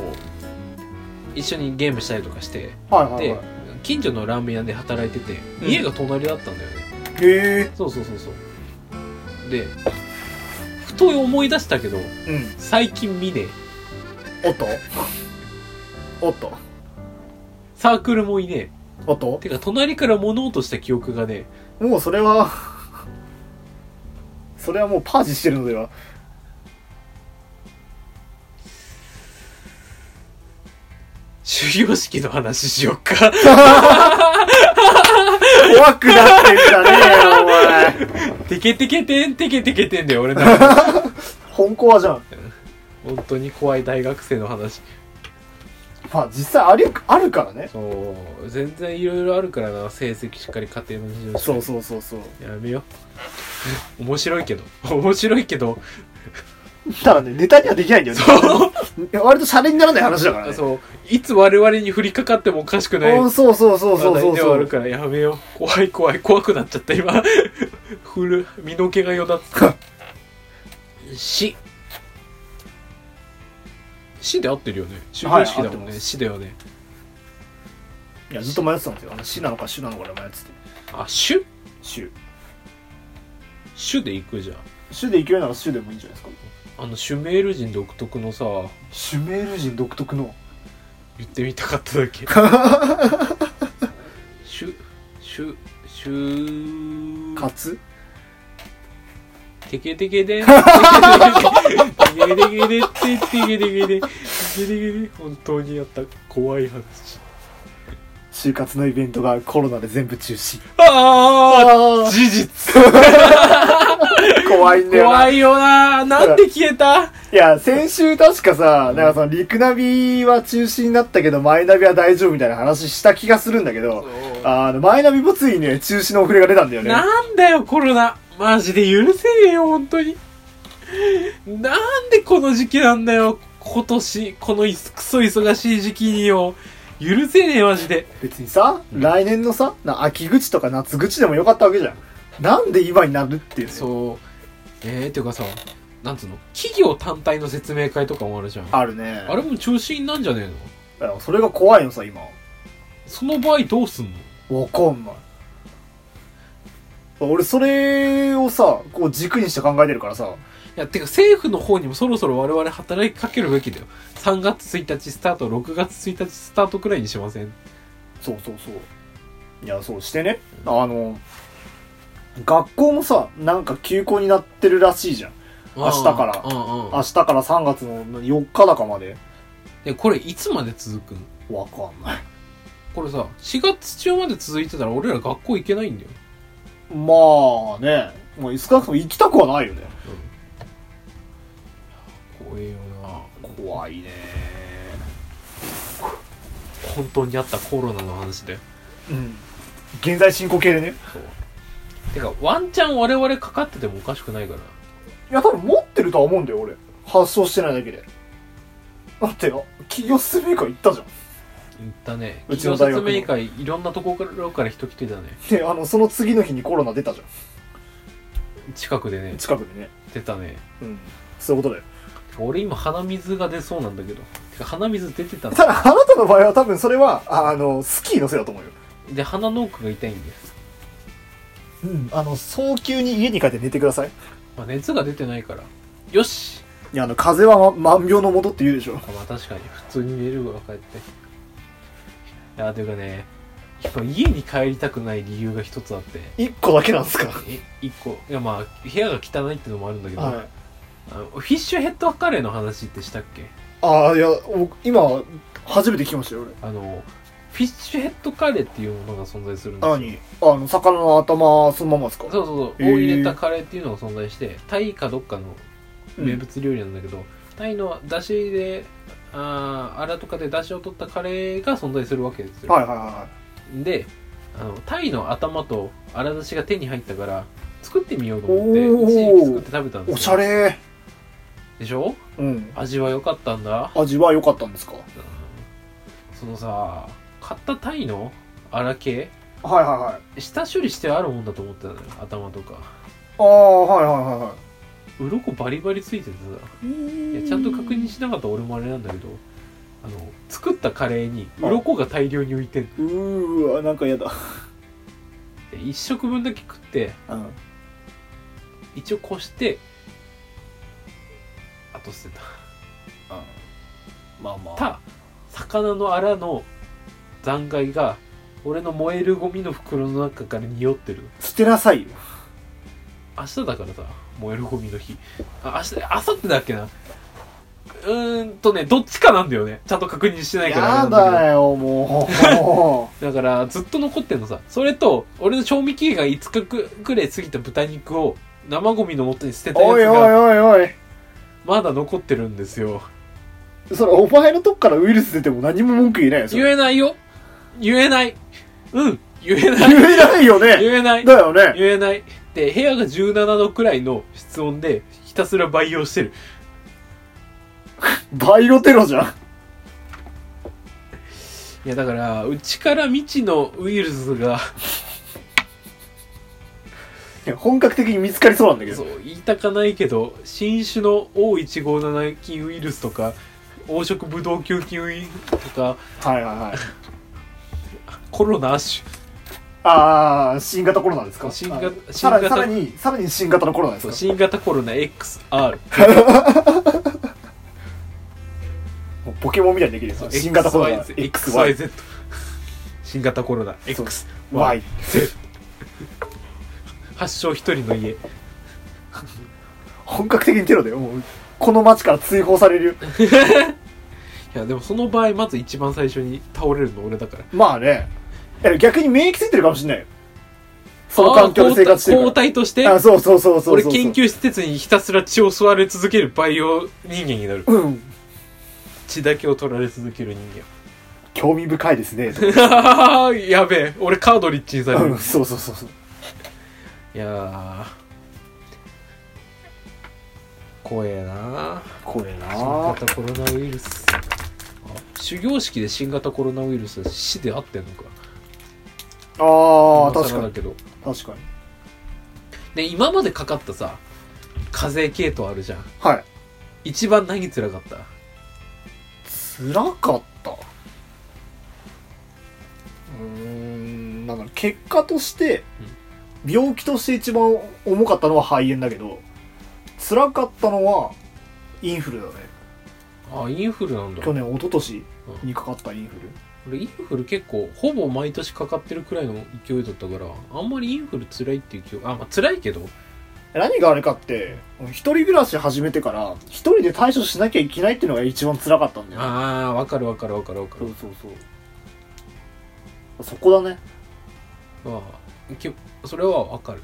A: 一緒にゲームしたりとかして
B: はいはい
A: で
B: は
A: 近所のラーメン屋で働いてて
B: うん
A: 家が隣だったんだよね、
B: いへえ
A: そうそうそうそうでふと思い出したけど
B: うん
A: 最近見ねえ
B: おっとおっと
A: サークルもいね
B: おっと
A: えてか隣から物音した記憶がね
B: もうそれは それはもうパージしてるのでは
A: 終業式の話しよっ か
B: 怖くなってきたねお前
A: テケテケてんテケテケてんだよ俺 な
B: 本コアじゃん
A: 本当に怖い大学生の話
B: まあ実際ありあるからね
A: そう全然いろいろあるからな成績しっかり家庭の事情しっかり
B: そうそうそうそう
A: やめよう面白いけど 面白いけど
B: ただねネタにはできないんだよね
A: そう
B: 割とシャレにならない話だからね
A: あそういつ我々に降りかかってもおかしくない
B: うんそうそうそうそ
A: 話
B: うそ
A: 題
B: う
A: では
B: そ
A: ある
B: う
A: からやめよう怖い怖い怖くなっちゃった今 ふる身の毛がよだつ死死で合ってるよね終業式だもん
B: 合って
A: ね、
B: ます
A: 死だよね
B: いやずっと迷ってたんですよあの死なのか死なのかで迷ってて
A: あ主
B: 主
A: 主で行くじゃん
B: 主でいけるなら主でもいいんじゃないですか
A: あのシュメール人独特のさ
B: シュメール人独特の
A: 言ってみたかっただけシュシュシュ
B: カツ
A: テケテケでん。テケテケでん。テケテケでん。テケテケでん。テケテケでん。テケテケでん。本当にやった。怖い話。
B: 就活のイベントがコロナで全部中止
A: ああ
B: あ
A: 事実
B: 怖いんだよな。
A: 怖いよななんで消えた
B: いや、先週確かさ、なんかその、陸ナビは中止になったけど、マイナビは大丈夫みたいな話した気がするんだけど、あの、マイナビもついにね、中止の遅れが出たんだよ ね。
A: なんだよコロナマジで許せねえよ本当になんでこの時期なんだよ今年このいすクソ忙しい時期によ許せねえマジで
B: 別にさ、来年のさ、な秋口とか夏口でもよかったわけじゃん。なんで今になるっていうね、
A: そうえー、っていうかさなんつうの企業単体の説明会とかもあるじゃんあ
B: あるね。
A: れも中止になんじゃねえの
B: だからそれが怖いのさ、今。
A: その場合どうすんの
B: わかんない。俺、それをさ、こう軸にして考えてるからさ、
A: いや、てか政府の方にもそろそろ我々働きかけるべきだよ。3月1日スタート、6月1日スタートくらいにしません
B: そうそうそう。いや、そうしてね、あの、学校もさ、なんか休校になってるらしいじゃん。明日から
A: うんうん
B: 明日から3月の4日だかまで。
A: で、これいつまで続くの
B: わかんない。
A: これさ、4月中まで続いてたら俺ら学校行けないんだよ。
B: まあね、もう少なくとも行きたくはないよね。
A: 怖えよな
B: 怖いね。
A: 本当にあったコロナの話で。
B: うん。現在進行形でね。
A: てか、ワンチャン我々かかっててもおかしくないから。
B: いや、多分持ってるとは思うんだよ、俺。発症してないだけで。だって、企業説明会行ったじゃん。
A: 言ったね。
B: う
A: 企
B: ちの
A: 業
B: 大学
A: 説
B: の
A: 明会、いろんなところから人来てたね。
B: で、あの、その次の日にコロナ出たじ
A: 近くで
B: ゃ
A: ね
B: ん。、近くでね。
A: 出たね。
B: うん。そういうことだよ。
A: 俺今鼻水が出そうなんだけどてか鼻水出てたの
B: ただ、あなたの場合は多分それは、ああの、スキーのせいだと思うよ。
A: で鼻の奥が痛いんです、
B: うん。あの、早急に家に帰って寝てください。
A: まあ、熱が出てないからよし
B: いや、あの、風邪は、ま、万病のもとって言うでしょ。
A: あまあ確かに普通に寝るわ帰っていやというかねやっぱ家に帰りたくない理由が一つあって
B: 一個だけなんですか。
A: え一個いやまあ部屋が汚いってのもあるんだけど、
B: はい。
A: あのフィッシュヘッドカレーの話ってしたっけ
B: ああ、いや、僕今、初めて聞きましたよ、
A: あのフィッシュヘッドカレーっていうものが存在するんです
B: 俺。
A: よ
B: 何あの、魚の頭、そのままですか
A: そうそうそう、
B: へー
A: を入れたカレーっていうのが存在してタイかどっかの名物料理なんだけど、タイの出汁であーアラとかで出汁を取ったカレーが存在するわけですよ、
B: はいはいはいはい。
A: であのタイの頭とアラ出汁が手に入ったから作ってみようと思
B: おー
A: って一時期作って食べたんですよ
B: おしゃれ
A: でしょ
B: うん。
A: 味は良かったんだ、
B: 味は良かったんですか
A: うんそのさ買ったタイのアラ系
B: はいはいはい。
A: 下処理してあるもんだと思ってたのよ頭とか
B: ああ、はいはいはいは
A: 鱗バリバリついててさ
B: い。
A: いやちゃんと確認しなかった俺もあれなんだけどあの作ったカレーに鱗が大量に浮いてん
B: うーわ、なんか嫌だ。
A: で一食分だけ食って
B: うん。
A: 一応こしてあと捨て
B: まあま
A: たた魚のアラの残骸が俺の燃えるゴミの袋の中から匂ってる
B: 捨てなさいよ。
A: 明日だからさ燃えるゴミの日あ明日あさってだっけなうーんとねどっちかなんだよねちゃんと確認してないからあれなんだ
B: や
A: けど
B: だ よ、もう。
A: だから、ずっと残ってんのさ。それと、俺の賞味期限が5日くくらい過ぎた豚肉を生ゴミの元に捨てた
B: おい
A: やつ
B: おい
A: が、
B: おいおい。
A: まだ残ってるんですよ。
B: それ、お前のとこからウイルス出ても何も文句言えないよ、それ
A: 言えないよ言えないうん言えない
B: 言えないよね。
A: 言えない
B: だよ ね。
A: 言えないで、部屋が17度くらいの室温で、ひたすら培養してる。
B: バイロテロじゃん。
A: いや、だから、うちから未知のウイルスが、
B: いや本格的に見つかりそうなんだけ
A: そ
B: ど。
A: う、言いたかないけど、新種の O157 菌ウイルスとか、黄色ブドウ球菌ウイルスとか、
B: はいはいはい。
A: コロナ亜種
B: ああ、新型コロナですか
A: 新型
B: あ
A: 新
B: さ
A: 型
B: らさらに、さらに新型のコロナです
A: そう
B: か
A: 新型コロナ XR
B: もうポケモンみたいにできるよ。 新型コロナ。XY。
A: XYZ 新型コロナ
B: そう
A: X
B: Y。
A: 発症一人の家
B: 本格的にテロだよ。もう、この街から追放されるよ。
A: いやでもその場合まず一番最初に倒れるの俺だから
B: まあね。いや逆に免疫ついてるかもしんないよ。その環境で生活して
A: あー
B: る
A: 交
B: か
A: 代として
B: らあそうそうそうそうそう
A: 俺研究施設にひたすら血を吸われ続ける培養人間になる
B: うん
A: 血だけを取られ続ける人
B: 興味深いで すねと
A: 間 やべえ俺カードリッチにされ
B: う
A: る
B: んそうそうそうそう
A: いやー怖えな
B: 怖えな
A: 新
B: あ
A: 型コロナウイルスあ修行式で新型コロナウイルス死で合ってんのか
B: あ
A: 今
B: ー確
A: 更
B: か
A: だけど
B: に確かに
A: で今までかかったさ風邪系統あるじゃん
B: はい
A: 一番何辛かった
B: 辛かったうーんなんだろう結果として病気として一番重かったのは肺炎だけど辛かったのはインフルだね
A: あインフルなんだ
B: 去年一昨年にかかったインフル
A: 俺インフル結構ほぼ毎年かかってるくらいの勢いだったからあんまりインフル辛いっていう記憶あまあ辛いけど
B: 何があれかって一人暮らし始めてから一人で対処しなきゃいけないっていうのが一番辛かったんだよ
A: あーわかるわかるわかるわか
B: そ
A: る
B: うそうそうそこだね
A: あーきそれはわかる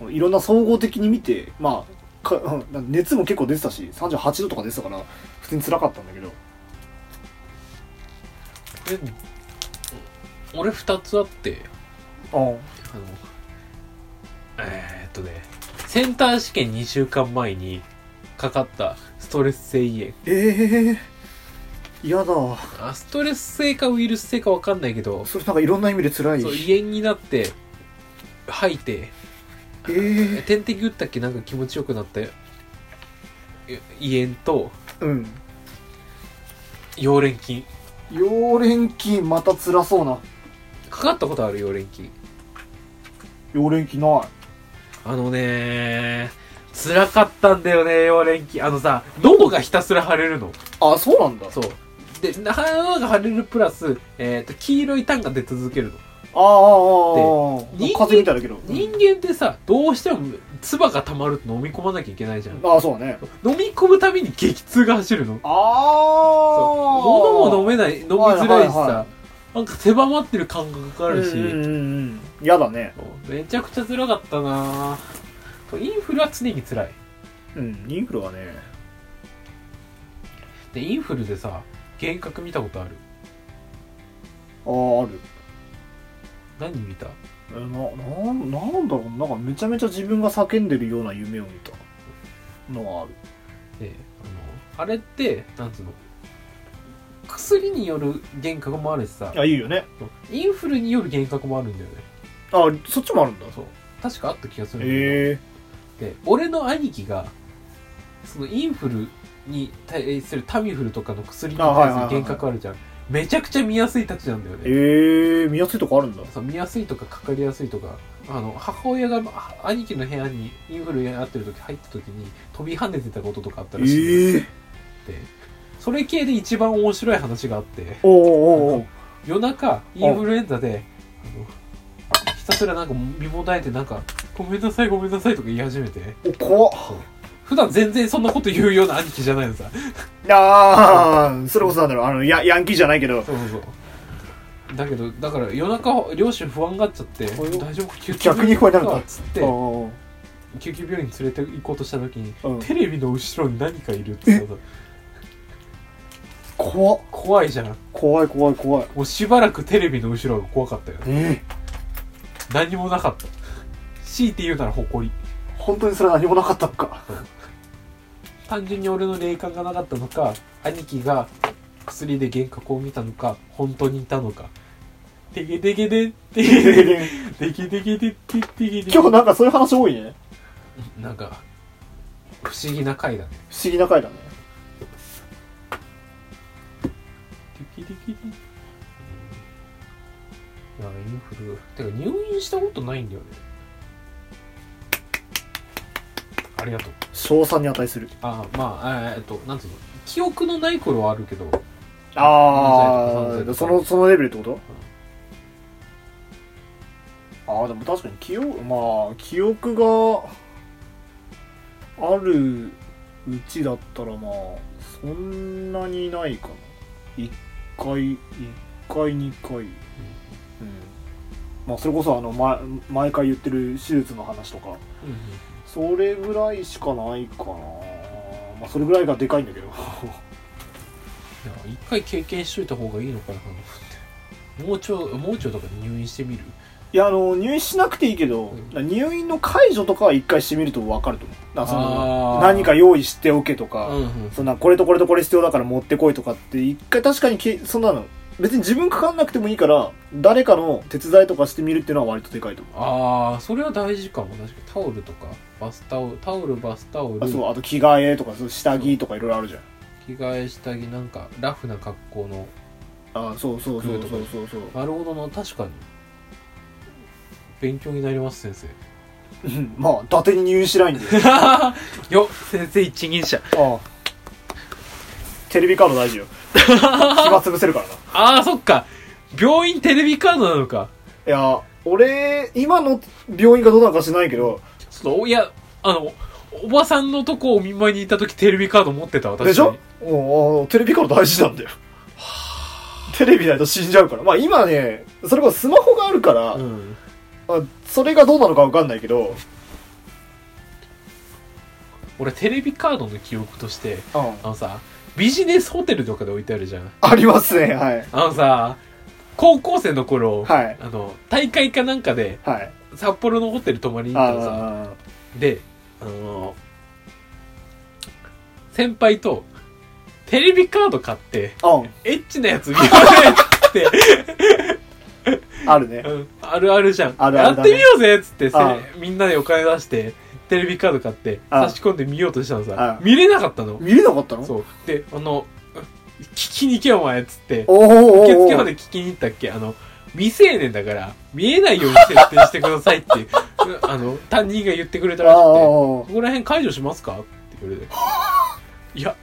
B: うんいろんな総合的に見てまあかうん熱も結構出てたし38度とか出てたから普通に辛かったんだけど
A: え俺2つあって
B: う
A: あ
B: ん
A: のえーっとねセンター試験2週間前にかかったストレス性胃
B: ええ嫌だ
A: 炎あストレス性かウイルス性かわかんないけど
B: それなんかいろんな意味で辛い
A: そう
B: え
A: 胃炎になって吐いて
B: え
A: え点滴打ったっけなんか気持ちよくなってえ胃炎と
B: うん
A: 溶連菌
B: 溶連菌また辛そうな
A: かかったことある溶連菌
B: 溶連菌ない
A: あのねー辛かったんだよね溶連菌あのさ喉がひたすら腫れるの
B: あそうなんだ
A: そうでな喉が腫れるプラス、えー、と黄色い痰が出続けるの
B: あああああ
A: で
B: あ
A: 人間
B: 風邪みたいだけど
A: 人間ってさどうしても唾が溜まると飲み込まなきゃいけないじゃん
B: ああそうだね
A: 飲み込むたびに激痛が走るのそう
B: ああ
A: 物も飲
B: め
A: めない飲みづらいしさ、なんか狭まってる感覚があるし、
B: うんうんうん嫌だね
A: めちゃくちゃ辛かったなぁインフルは常に辛い
B: うんインフルはね
A: でインフルでさ幻覚見たことある
B: ああある
A: 何見た
B: えななんなんだろうなんかめちゃめちゃ自分が叫んでるような夢を見たのはある
A: であのあれってなんつうの薬による幻覚もあるしさ
B: あいいよね
A: インフルによる幻覚もあるんだよね
B: あそっちもあるんだ
A: そう確かあった気がするんだけど
B: へ
A: で俺の兄貴がそのインフルに対するタミフルとかの薬に対
B: あはい
A: する
B: はいはいはい
A: 幻覚あるじゃんめちゃくちゃ見やすいたちなんだよ
B: え
A: ね
B: へえ見やすいとこあるんだ
A: そう見やすいとかかかりやすいとかあの母親があ兄貴の部屋にインフルになってる時入った時に飛び跳ねてたこととかあったらしいんだよ
B: ええ
A: でそれ系で一番面白い話があって
B: おおうおうおう
A: 夜中インフルエンザであのひたすらなんか身もだえてなんか「ごめんなさいごめんなさい」とか言い始めて
B: お怖っ
A: 普段全然そんなこと言うような兄貴じゃないのさ
B: ああそれこそなんだろうあのヤヤンキーじゃないけど
A: そうそうそうだけどだから夜中両親不安がっちゃって
B: およ
A: 大丈夫救急
B: 逆に不安になるんだ
A: かっつって
B: おう
A: 救急病院に連れて行こうとした時に
B: おううん
A: テレビの後ろに何かいるってさ
B: 怖っ
A: 怖いじゃん
B: 怖い怖い怖い
A: もうしばらくテレビの後ろが怖かったよ
B: ええ
A: 何もなかった強いて言うなら誇り
B: 本当にそれは何もなかったの か
A: 単純に俺の霊感がなかったのか兄貴が薬で幻覚を見たのか本当にいたのかてけてけでてけてけてけてけてけてけて
B: 今日なんかそういう話多いね
A: なんか不思議な回だね
B: 不思議な回だね
A: テキテキテキいやインフルてか入院したことないんだよねありがとう
B: 賞賛に値する
A: あまあえーっとなんつうの記憶のない頃はあるけど
B: あ
A: うん
B: あ、その、そのレベルってこと、ああ、でも確かに記憶、まあ、記憶があるうちだったらまあ、そんなにないかな。一回、一回、二回。うん。まあ、それこそあの、ま、毎回言ってる手術の話とかそれぐらいしかないかなまあそれぐらいがでかいんだけど
A: いや一回経験しといた方がいいのかなと思って盲腸盲腸とかに入院してみる
B: いやあの入院しなくていいけど、
A: う
B: 入院の解除とかは一回してみると分かると思うだからそ
A: あ
B: の
A: ー
B: 何か用意しておけと
A: う
B: か、
A: んうん
B: そんなこれとこれとこれ必要だから持ってこいとかって一回確かにけそんなの別に自分かかんなくてもいいから誰かの手伝いとかしてみるっていうのは割とでかいと思う
A: ああそれは大事かも確かにタオルとかバスタオルタオルバスタオル
B: あそうあと着替えとかそう下着とかいろいろあるじゃん
A: 着替え下着なんかラフな格好の
B: あそうそうそうそうそうそう
A: なるほどな確かに勉強になります先生
B: うんまあ伊達に入院しないんで
A: よっ先生一人者
B: ああテレビカード 大事よ暇潰せるからない
A: ああそっか病院テレビカードなのか
B: や俺今の病院がどうなのか知らないけど
A: ちょっとおいやあのおばさんのとこお見舞いに行った時テレビカード持ってた私
B: でしょうんあのテレビカード大事なんだよテレビないと死んじゃうからまあ今ねそれこそスマホがあるから、
A: うん
B: あそれがどうなのかわかんないけど、
A: 俺テレビカードの記憶としてあのさビジネスホテルとかで置いてあるじゃん
B: ありますねはい
A: あのさ高校生の頃、
B: はい
A: あの大会かなんかで
B: はい
A: 札幌のホテル泊まりに行ったのさ
B: あ
A: であの先輩とテレビカード買って
B: あうん
A: エッチなやつ見られって
B: あるね
A: うんあるあるじゃん。
B: あるあるだ
A: やっ
B: ね
A: てみようぜっつってせ
B: ああ
A: みんなでお金出して、テレビカード買って、
B: ああ
A: 差し込んで見ようとしたの
B: あ
A: さ
B: あ、
A: 見れなかったの。
B: 見れなかったの
A: そう。で、あの、聞きに行けよお前っつって、
B: おーお
A: 受
B: ーお
A: 付ま
B: ー
A: で聞きに行ったっけあの、未成年だから、見えないように設定してくださいっていう、うんあの、担任が言ってくれたらしくて、
B: あ
A: こ
B: ーあー
A: こら辺解除しますかって言わ れて、いや、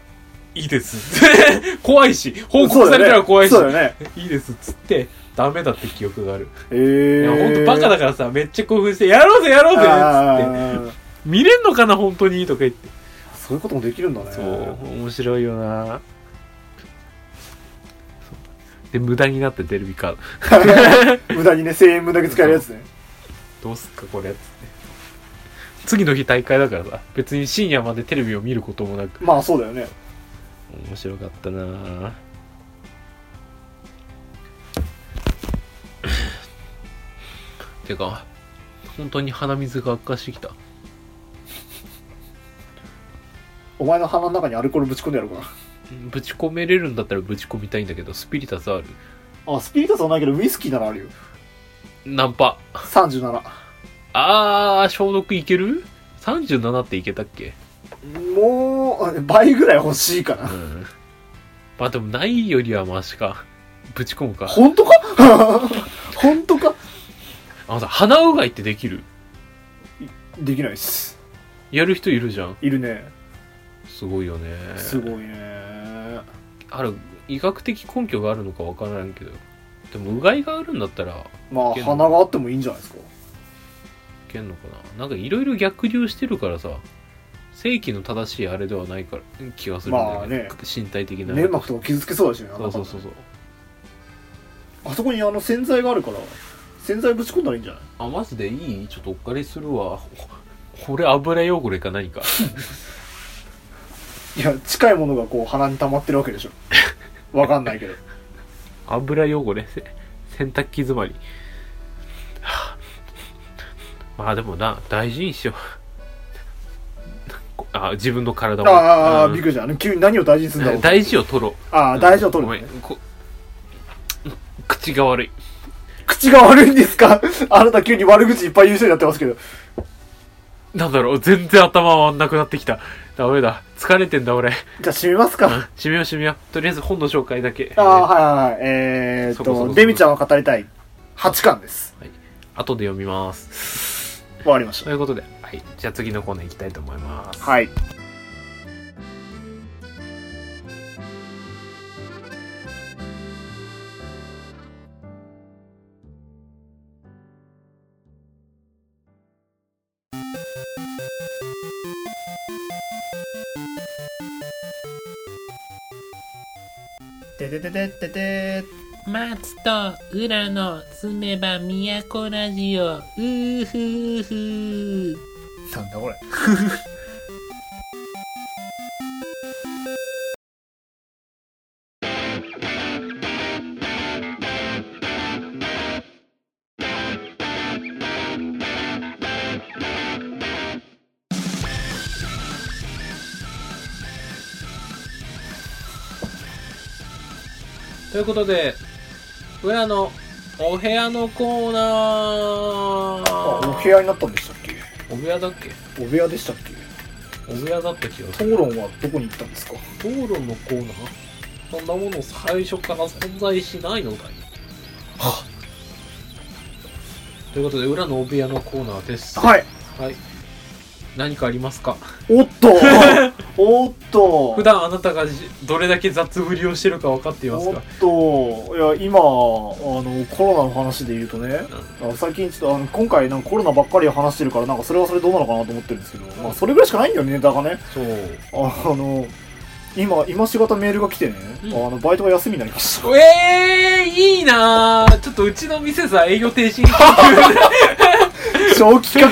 A: いいです。 怖いし、報
B: そ
A: 告
B: う
A: さ
B: だよね
A: れたら怖いし、
B: そうだよね
A: いいですっつって、ダメだって記憶がある。
B: え
A: いや、ほん
B: ー
A: とバカだからさ、めっちゃ興奮して、やろうぜやろうぜっつって、
B: あー
A: 見れんのかな、本当にとか言って。
B: そういうこともできるんだね
A: 面白いよな
D: で無駄になってテレビカード
B: 無駄にね1000円分だけ使えるやつね
A: どうすっか、これ、つって。次の日大会だからさ、別に深夜までテレビを見ることもなく。
B: まあそうだよね
D: 面白かったな てか本当に鼻水が悪化してきた
B: お前の鼻の中にアルコールぶち込んでやろうか
D: ぶち込めれるんだったらぶち込みたいんだけどスピリタスある
B: なあスピリタスはないけどウイスキーならあるよ
D: ナンパ
B: 37
D: あー消毒いける ?37 っていけたっけ
B: もう倍ぐらい欲しいか
D: う
B: なん
D: まあでもないよりはマシかぶち込むか
B: 本当か 本当か
D: あのさ鼻うがいってできる
B: できないっす
D: やる人いるじゃん
B: いるね
D: すごいよね
B: すごいね
D: ある医学的根拠があるのかわからんけどでもうがいがあるんだったらい
B: まあ
D: けんの
B: 鼻があってもいいんじゃないですか
D: けんのかななんかいろいろ逆流してるからさ正規の正しいあれではないから気がするんだけど、
B: まあね
D: 身体的な
B: 粘膜とか傷つけそうだしね
D: そうそうそうそう
B: あそこにあの洗剤があるから洗剤ぶち込んだらいいんじゃない
D: あマジでいいちょっとお借りするわほこれ油汚れか何か
B: いや近いものがこう鼻に溜まってるわ けでしょわかんないけど
D: 油汚れせ洗濯機詰まり はあまあでもな大事にしよう あ自分の体も
B: ああ
D: うん
B: びっくりしたあの急に何を大事にするんだろ う
D: 大事を取ろう
B: ああ大事を取る
D: ご
B: ね
D: めんこ口が悪い
B: 口が悪いんですか あなた急に悪口いっぱい言う人になってますけど
D: なんだろう全然頭回んなくなってきたダメだ疲れてんだ俺
B: じゃあ閉めますか
D: 締めよう締めようとりあえず本の紹介だけ
B: ああはいはいはいえー、
D: そ
B: っ
D: こそこと
B: デミちゃんは語りたい8巻です
D: 後で読みます
B: 終わりまし
D: と
B: た
D: いうことで、はい、じゃあ次のコーナー行きたいと思います
B: はいてててててて
E: 松と浦野住めば都ラジオうーふーふー
B: なんだこれ。
A: ということで、裏のお部屋のコーナ
B: あ、
A: ー
B: お部屋になったんでしたっけ
A: お部屋だっけ
B: お部屋でしたっけ
A: お部屋だった気がする。
B: 討論はどこに行ったんですか
A: 討論のコーナーそんなもの最初から存在しないのだよ。
B: は
A: ということで、裏のお部屋のコーナーです。
B: はい。
A: はい。何かありますか
B: おっと おっと
A: 普段あなたがじどれだけ雑振りをしてるか分かっています
B: お
A: か
B: っと、いや、今、あの、コロナの話で言うとね、あ最近ちょっと、あの、今回、なんかコロナばっかり話してるから、なんかそれはそれどうなのかなと思ってるんですけど、まあ、それぐらいしかないんだよね、ネタがね。
A: そう。
B: ああの、今、今しがたメールが来てね、
A: うん
B: あの、バイトが休みになりました。
A: えー、いいなーちょっとうちの店さ、営業停 止に
B: 正気かい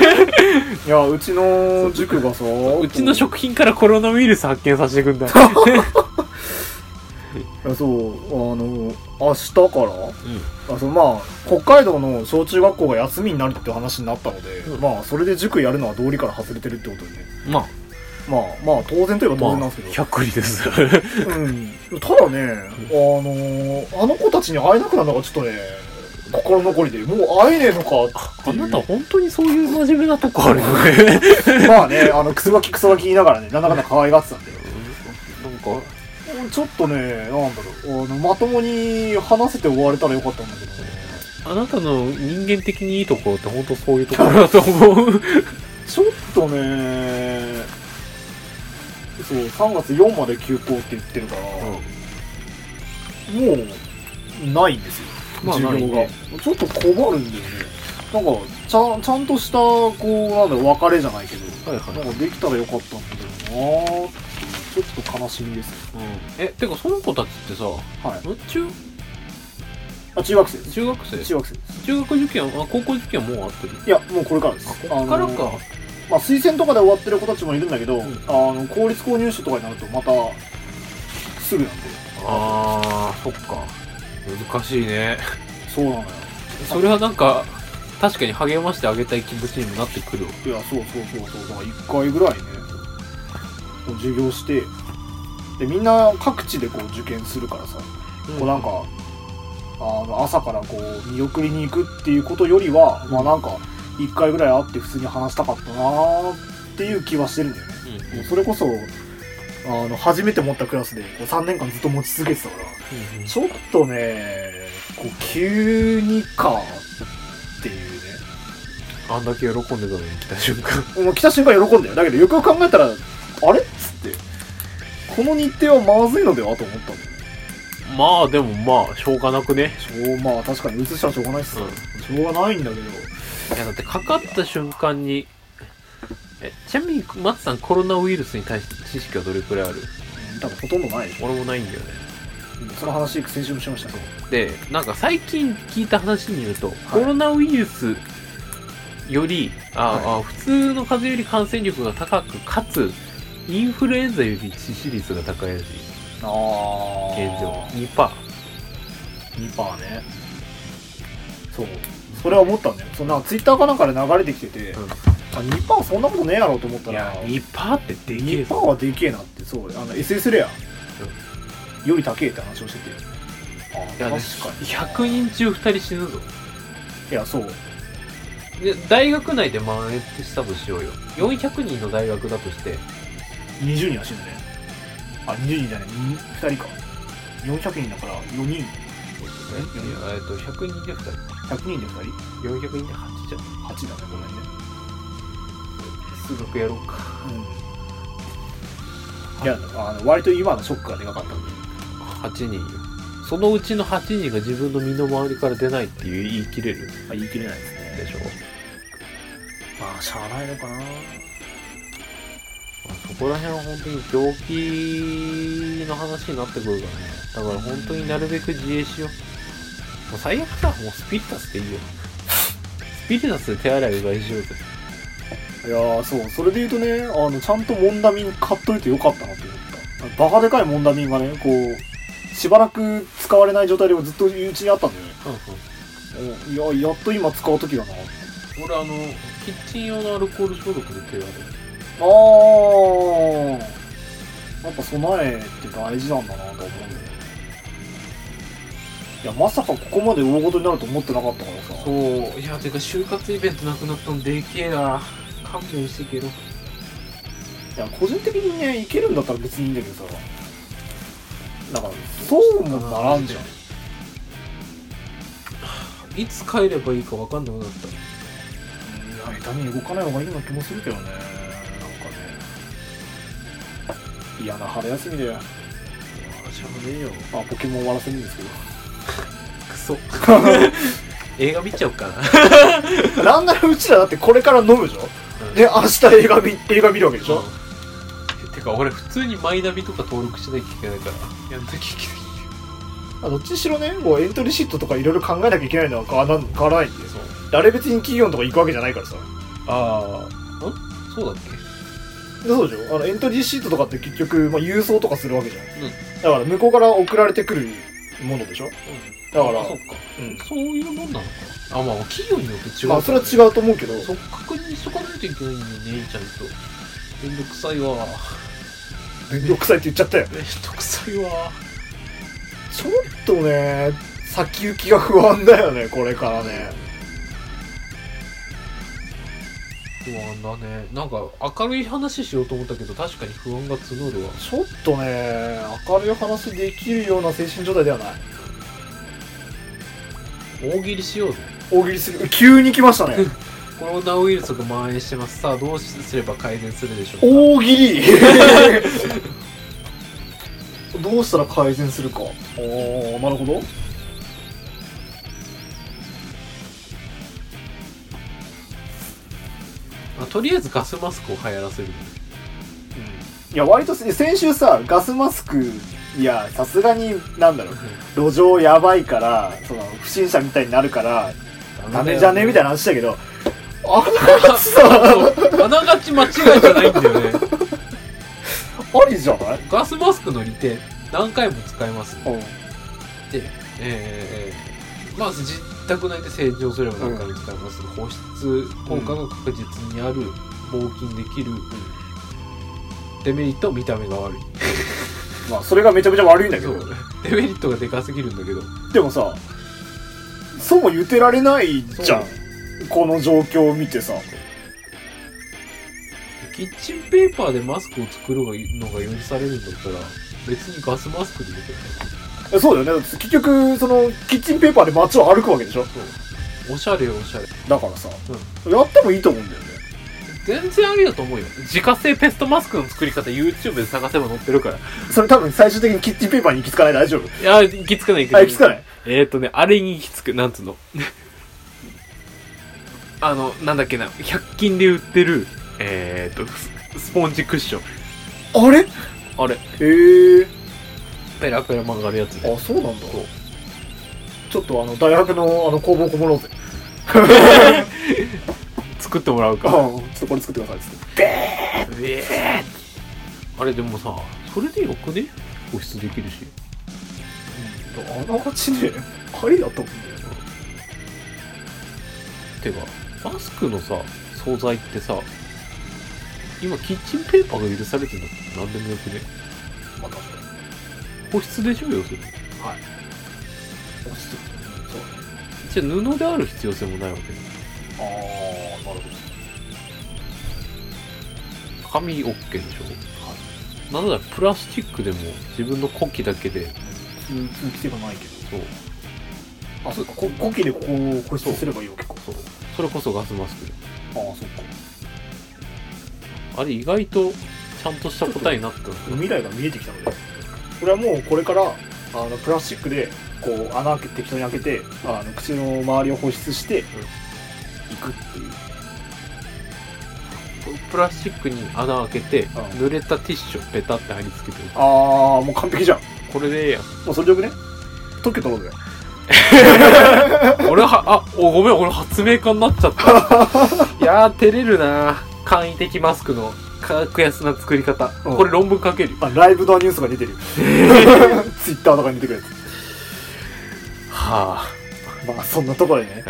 B: や、うちの塾がさ、
A: うちの
B: 職
A: 食品からコロナウイルス発見させてくんだ。
B: そう、あの、明日から、あそうまあ、北海道の小中学校が休みになるって話になったので、
A: うん
B: まあ、それで塾やるのは道理から外れてるってことでね。
A: まあ、
B: まあまあ当然といえば当然なんですけど、
A: 100里です。
B: うん、ただね、あのーあの子たちに会えなくなるのがちょっとね心残りでもう会えねえのかって
A: あ
B: いう
A: なた本当にそういう真面目なとこあるよね。
B: まあねあのくすばきくすばき言いながらねなんだかんだ可愛がってたんで
A: なんか、
B: ちょっとねなんだろうあのまともに話せて終われたらよかったんだけどね
A: あなたの人間的にいいところって本当そういうところだと思う。
B: ちょっとねそう3月4まで休校って言ってるから、もうないんですよ、
A: まあ
B: 授業が、
A: ないね
B: ちょっと困るんだよねなんかちゃんちゃんとしたこうなんだろう別れじゃないけど、
A: はいはい
B: なんかできたらよかったんだけどなーっていうちょっと悲しみですね
D: えてかその子たちってさ
B: はい
D: 中
B: あ中学生です
D: 中学生
B: 中学生です
D: 中学受験あ高校受験はもうあってる
B: いやもうこれからです
D: こっから
B: あの
D: か
B: まあ、推薦とかで終わってる子たちもいるんだけど、
D: ん
B: あの公立校入試とかになるとまたすぐなんで
D: あーそっか難しいね
B: そうなのよ
D: それはなんか確かに励ましてあげたい気持ちにもなってくるわ
B: いやそうそうそうそうだから1回ぐらいねこう授業してでみんな各地でこう受験するからさ、こうなんかあの朝からこう見送りに行くっていうことよりは、まあなんか1回ぐらい会って普通に話したかったなーっていう気はしてるんだよね、もうそれこそあの初めて持ったクラスでこう3年間ずっと持ち続けてたから、ちょっとねこう急にかっていうね
D: あんだけ喜んでたのに来た瞬間
B: もう来た瞬間喜んだよ。だけどよくよく考えたら、あれっつって、この日程はまずいのではと思ったんだよね。
D: まあでもまあしょうがなくね
B: しょうまあ確かに移したらしょうがないっす、しょうがないんだけど、
D: いやだってかかった瞬間にえちなみに松さんコロナウイルスに対して知識はどれくらいある
B: 多分ほとんどないでしょ。
D: 俺もないんだよね
B: その話、先週もしましたけど。
D: でなんか最近聞いた話によると、コロナウイルスよりあ、あ普通の風邪より感染力が高くかつインフルエンザより致死率が高いらしい
B: あ
D: 現状2パ
B: 2%パーね。そう。それは思ったんだよ。そんな、ツイッターかなんかで流れてきてて、
D: うん
B: あ2%パーそんなことねえやろと思った
D: ーい
B: ら
D: や、2パーってでけえ
B: 2%
D: ぞ
B: はでけえなって、そう、あの SS レアより高えって話をしてて。
D: いや
B: あ
D: ね
B: ー確か
D: 100
B: に。
D: 人中2人死ぬぞ
B: いや、そう。
D: で大学内で蔓延したとしようよ400人の大学だとして
B: 20人は死ぬねあ20人じゃないに2人か400人だから4人
D: ええっと100人で2人
B: 100人で2人
D: 400人で8じゃん
B: 8だねごめんね
D: 数学やろうか
B: うんいやあの割と今のショックがでかかったんで
D: 8人よそのうちの8人が自分の身の回りから出ないっていう言い切れる
B: まあ言い切れないですね
D: でしょ
B: まあしゃあないのかな
D: まあそこら辺は本当に病気の話になってくるからねだから本当になるべく自衛しようう最悪だもうスピリタスでいいよスピリタスで手洗いうがいしようぜ
B: いやーそうそれで言うとねあのちゃんとモンダミン買っといてよかったなと思ったバカでかいモンダミンがねこうしばらく使われない状態でずっとうちにあったんだよねうんいややっと今使う時だなあ
D: 俺あのキッチン用のアルコール消毒で手洗う
B: ーやっぱ備えって大事なんだなと思うんだよねいやまさかここまで大事になると思ってなかったからさ
A: そういやてか就活イベントなくなったのでけえな勘弁してけど
B: いや個人的にねいけるんだったら別にいいんだけどさだからそうもならんじゃん
A: いつ帰ればいいか分かんなくなっ
B: いや痛み動かない方がいいような気もするけどねなんかね嫌な春休みだよ
A: たしゃあねえよ
B: まあポケモン終わらせるんですけ
A: クソ
B: ど
A: 映画見ちゃおうかな
B: なんならうちらだってこれから飲むでしょ、
A: うん
B: で明日映画見映画見るわけでしょ、
A: てか俺普通にマイナビとか登録しなきゃいけないからやんなきゃいけない
B: あどっちにしろねこうエントリーシートとかいろいろ考えなきゃいけないのは変わらん変わらないんで誰別に企業とか行くわけじゃないからさ
A: ああんそうだっけ
B: でそうでしょあのエントリーシートとかって結局、まあ、郵送とかするわけじゃん、
A: うん
B: だから向こうから送られてくるものでしょだから
A: あそっか
B: うん
A: そういうもんなのかあまあ企業によって違う
B: まあそれは違
A: う
B: うと思うけど
A: そっ確認しとかないといけないんだよねちゃんとめんどくさいわ
B: 面倒くさいって言っちゃったよ
A: めんどくさいわ
B: ちょっとね先行きが不安だよねこれからね
A: 不安だねなんか明るい話しようと思ったけど確かに不安が募るわ
B: ちょっとね明るい話できるような精神状態ではない
A: 大喜利しようぜ
B: 大喜利する急に来ましたね
A: コロナウイルスが蔓延してますさあどうすれば改善するでしょうか
B: 大喜 利どうしたら改善するかあーなるほど
A: まあとりあえずガスマスクを流行らせる
B: いや割とせ先週さガスマスクいやさすがになんだろう路上やばいからその不審者みたいになるからダメじゃねみたい な話だけどあのやつさ
A: あながち間違いじゃないんだよね
B: ありじゃない
A: ガスマスクの利点何回も使えます
B: うん
A: で、えー、まず自宅内で洗浄すれば何回も使えます、保湿効果が確実にある防菌できる、デメリット見た目が悪い
B: まあそれがめちゃめちゃ悪いんだけ
A: そ
B: ど
A: うデメリットがでかすぎるんだけど
B: でもさそうも言ってられないじゃんこの状況を見てさ
A: キッチンペーパーでマスクを作るのが許されるんだったら別にガスマスクでいいけど
B: えそうだよね結局そのキッチンペーパーで街を歩くわけでしょ
A: ねおしゃれよおしゃれ
B: だからさ、やってもいいと思うんだよね
A: 全然ありだと思うよ自家製ペストマスクの作り方 YouTube で探せば載ってるから
B: それ多分最終的にキッチンペーパーに行き着かない大丈夫
A: いや行きつかない行
B: あ行き着かない
A: えーとね、あれにきつく、なんつうの。 あの、なんだっけな、100均で売ってる、えーと、ススポンジクッション。
B: あれ
A: あれ、
B: へえ
A: ペラペラ曲がるやつね。
B: あそうなんだちょっとあの大学のあの工房こもろうぜ
A: 作ってもらう
B: あち
A: か。
B: ょっとこれ作ってくださいっつって
A: ええあれでもさ、それでよくね保湿できるし。
B: あながちねありだと思うんだよ
A: てか、マスクのさ、惣菜ってさ、今キッチンペーパーが許されてるのって何でもよくね
B: まあ確かに
A: 保湿でしょ、要するに。
B: そうそう
A: じゃあ布である必要性もないわけね
B: ああなるほ
A: 紙 OK でしょ、なんならプラスチックでも自分の呼気だけで
B: ど通気性がないけど
A: そう
B: あそうかこ呼気でここを固執すればいいわけか
A: そうそれこそガスマスクで
B: ああそうか
A: あれ意外とちゃんとした答えになったんだよ
B: 未来が見えてきたのでこれはもうこれからあのプラスチックでこう穴開け適当に開けてあの口の周りを保湿していくっていう
A: プラスチックに穴開けて
B: ああ
A: 濡れたティッシュをペタって貼り付けてる
B: ああもう完璧じゃん
A: これでええやん
B: もうそれでよくね特許取ろうぜ
A: 俺は、あ、おごめん、俺発明家になっちゃった。 いやー、照れるな簡易的マスクの格安な作り方。
B: うん
A: これ論文書けるよ。
B: あライブドアニュースが出てるよ ツイッターとかに出てくるや
A: は
B: つまあそんなところでね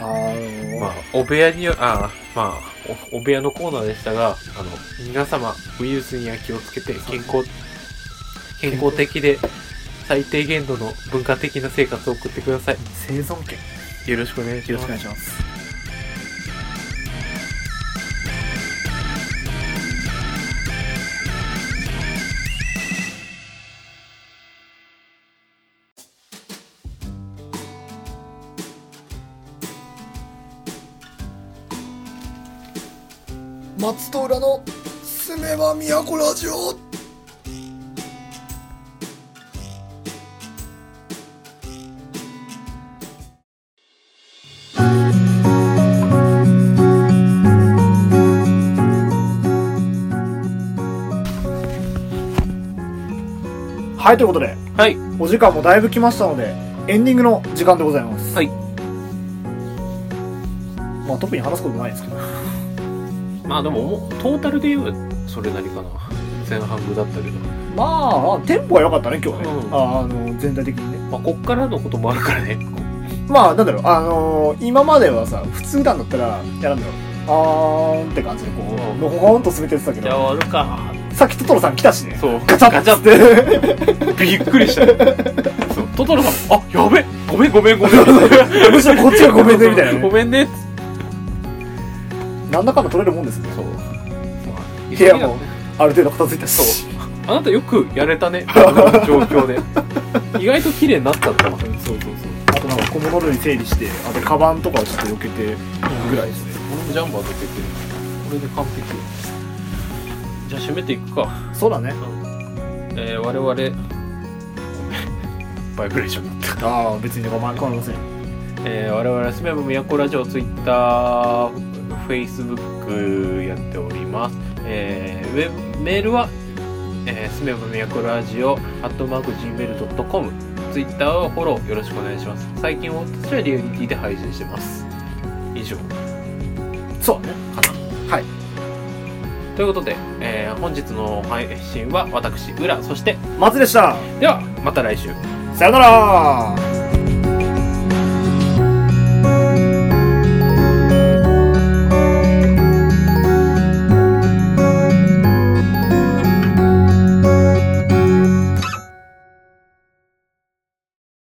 A: あ。はい
B: あー
A: まあ、お部屋によ、あーまあお、お部屋のコーナーでしたが、あの、皆様、ウイルスには気をつけて、健康、健康的で、最低限度の文化的な生活を送ってください。
B: 生存権
A: よろしくお願いし
B: よろ
A: ます
B: しくお願い。します
F: 松戸浦の住めば都ラジオ
B: はいということで
A: はい
B: お時間もだいぶ来ましたのでエンディングの時間でございます
A: はい
B: まあ特に話すことないですけど
A: まあでももう、トータルで言えばそれなりかな。前半分だったけど。
B: まああテンポが良かったね今日ね、
A: うん
B: ああの全体的にね
A: まあ、こっからのこともあるからね。
B: まあなんだろうあのー今まではさ普通段だったらいやなんだろうあーんって感じでこ
A: う
B: うんのほほんと進めてやってたけ
A: じゃあ
B: ど
A: 終わるか。
B: さっきトトロさん来たしね
A: そう。
B: ガチ
A: ガ
B: ャッ
A: チ
B: チ
A: ャ
B: ャ
A: っ。
B: ってて
A: びっくり した。そう。トトロさん、あ、やべごめんごめんごめん。
B: むしろこっちがごめんねみ たいな
A: ご
B: ね
A: めんね。
B: なんだかんだ取れるもんですね
A: そう。まあ、
B: 部屋もある程度片付いたし
A: そあなたよくやれたね。あの状況で。 意外と綺麗になっちゃったわ。そうそうそう。
B: あとなんか小物類整理してあとカバンとかをちょっと避けてぐらいですね
A: 俺もジャンバー出てくる。これで完璧。じゃあ締めていくか。
B: そうだね
A: えー、我々、ごめん。バイブレーションだった。
B: ああ別に構わりません
A: えー、我々はすめば都ラジオツイッター、フェイスブックやっております。えー、ウェブメールは、えー、すめば都ラジオ、アットマーク Gmail.com、ツイッターをフォローよろしくお願いします。最近私はリアリティで配信してます。以上。
B: そうだね
A: ということで、えー、本日の配信は私、浦、そして、
B: 松でした
A: では、また来週。
B: さよなら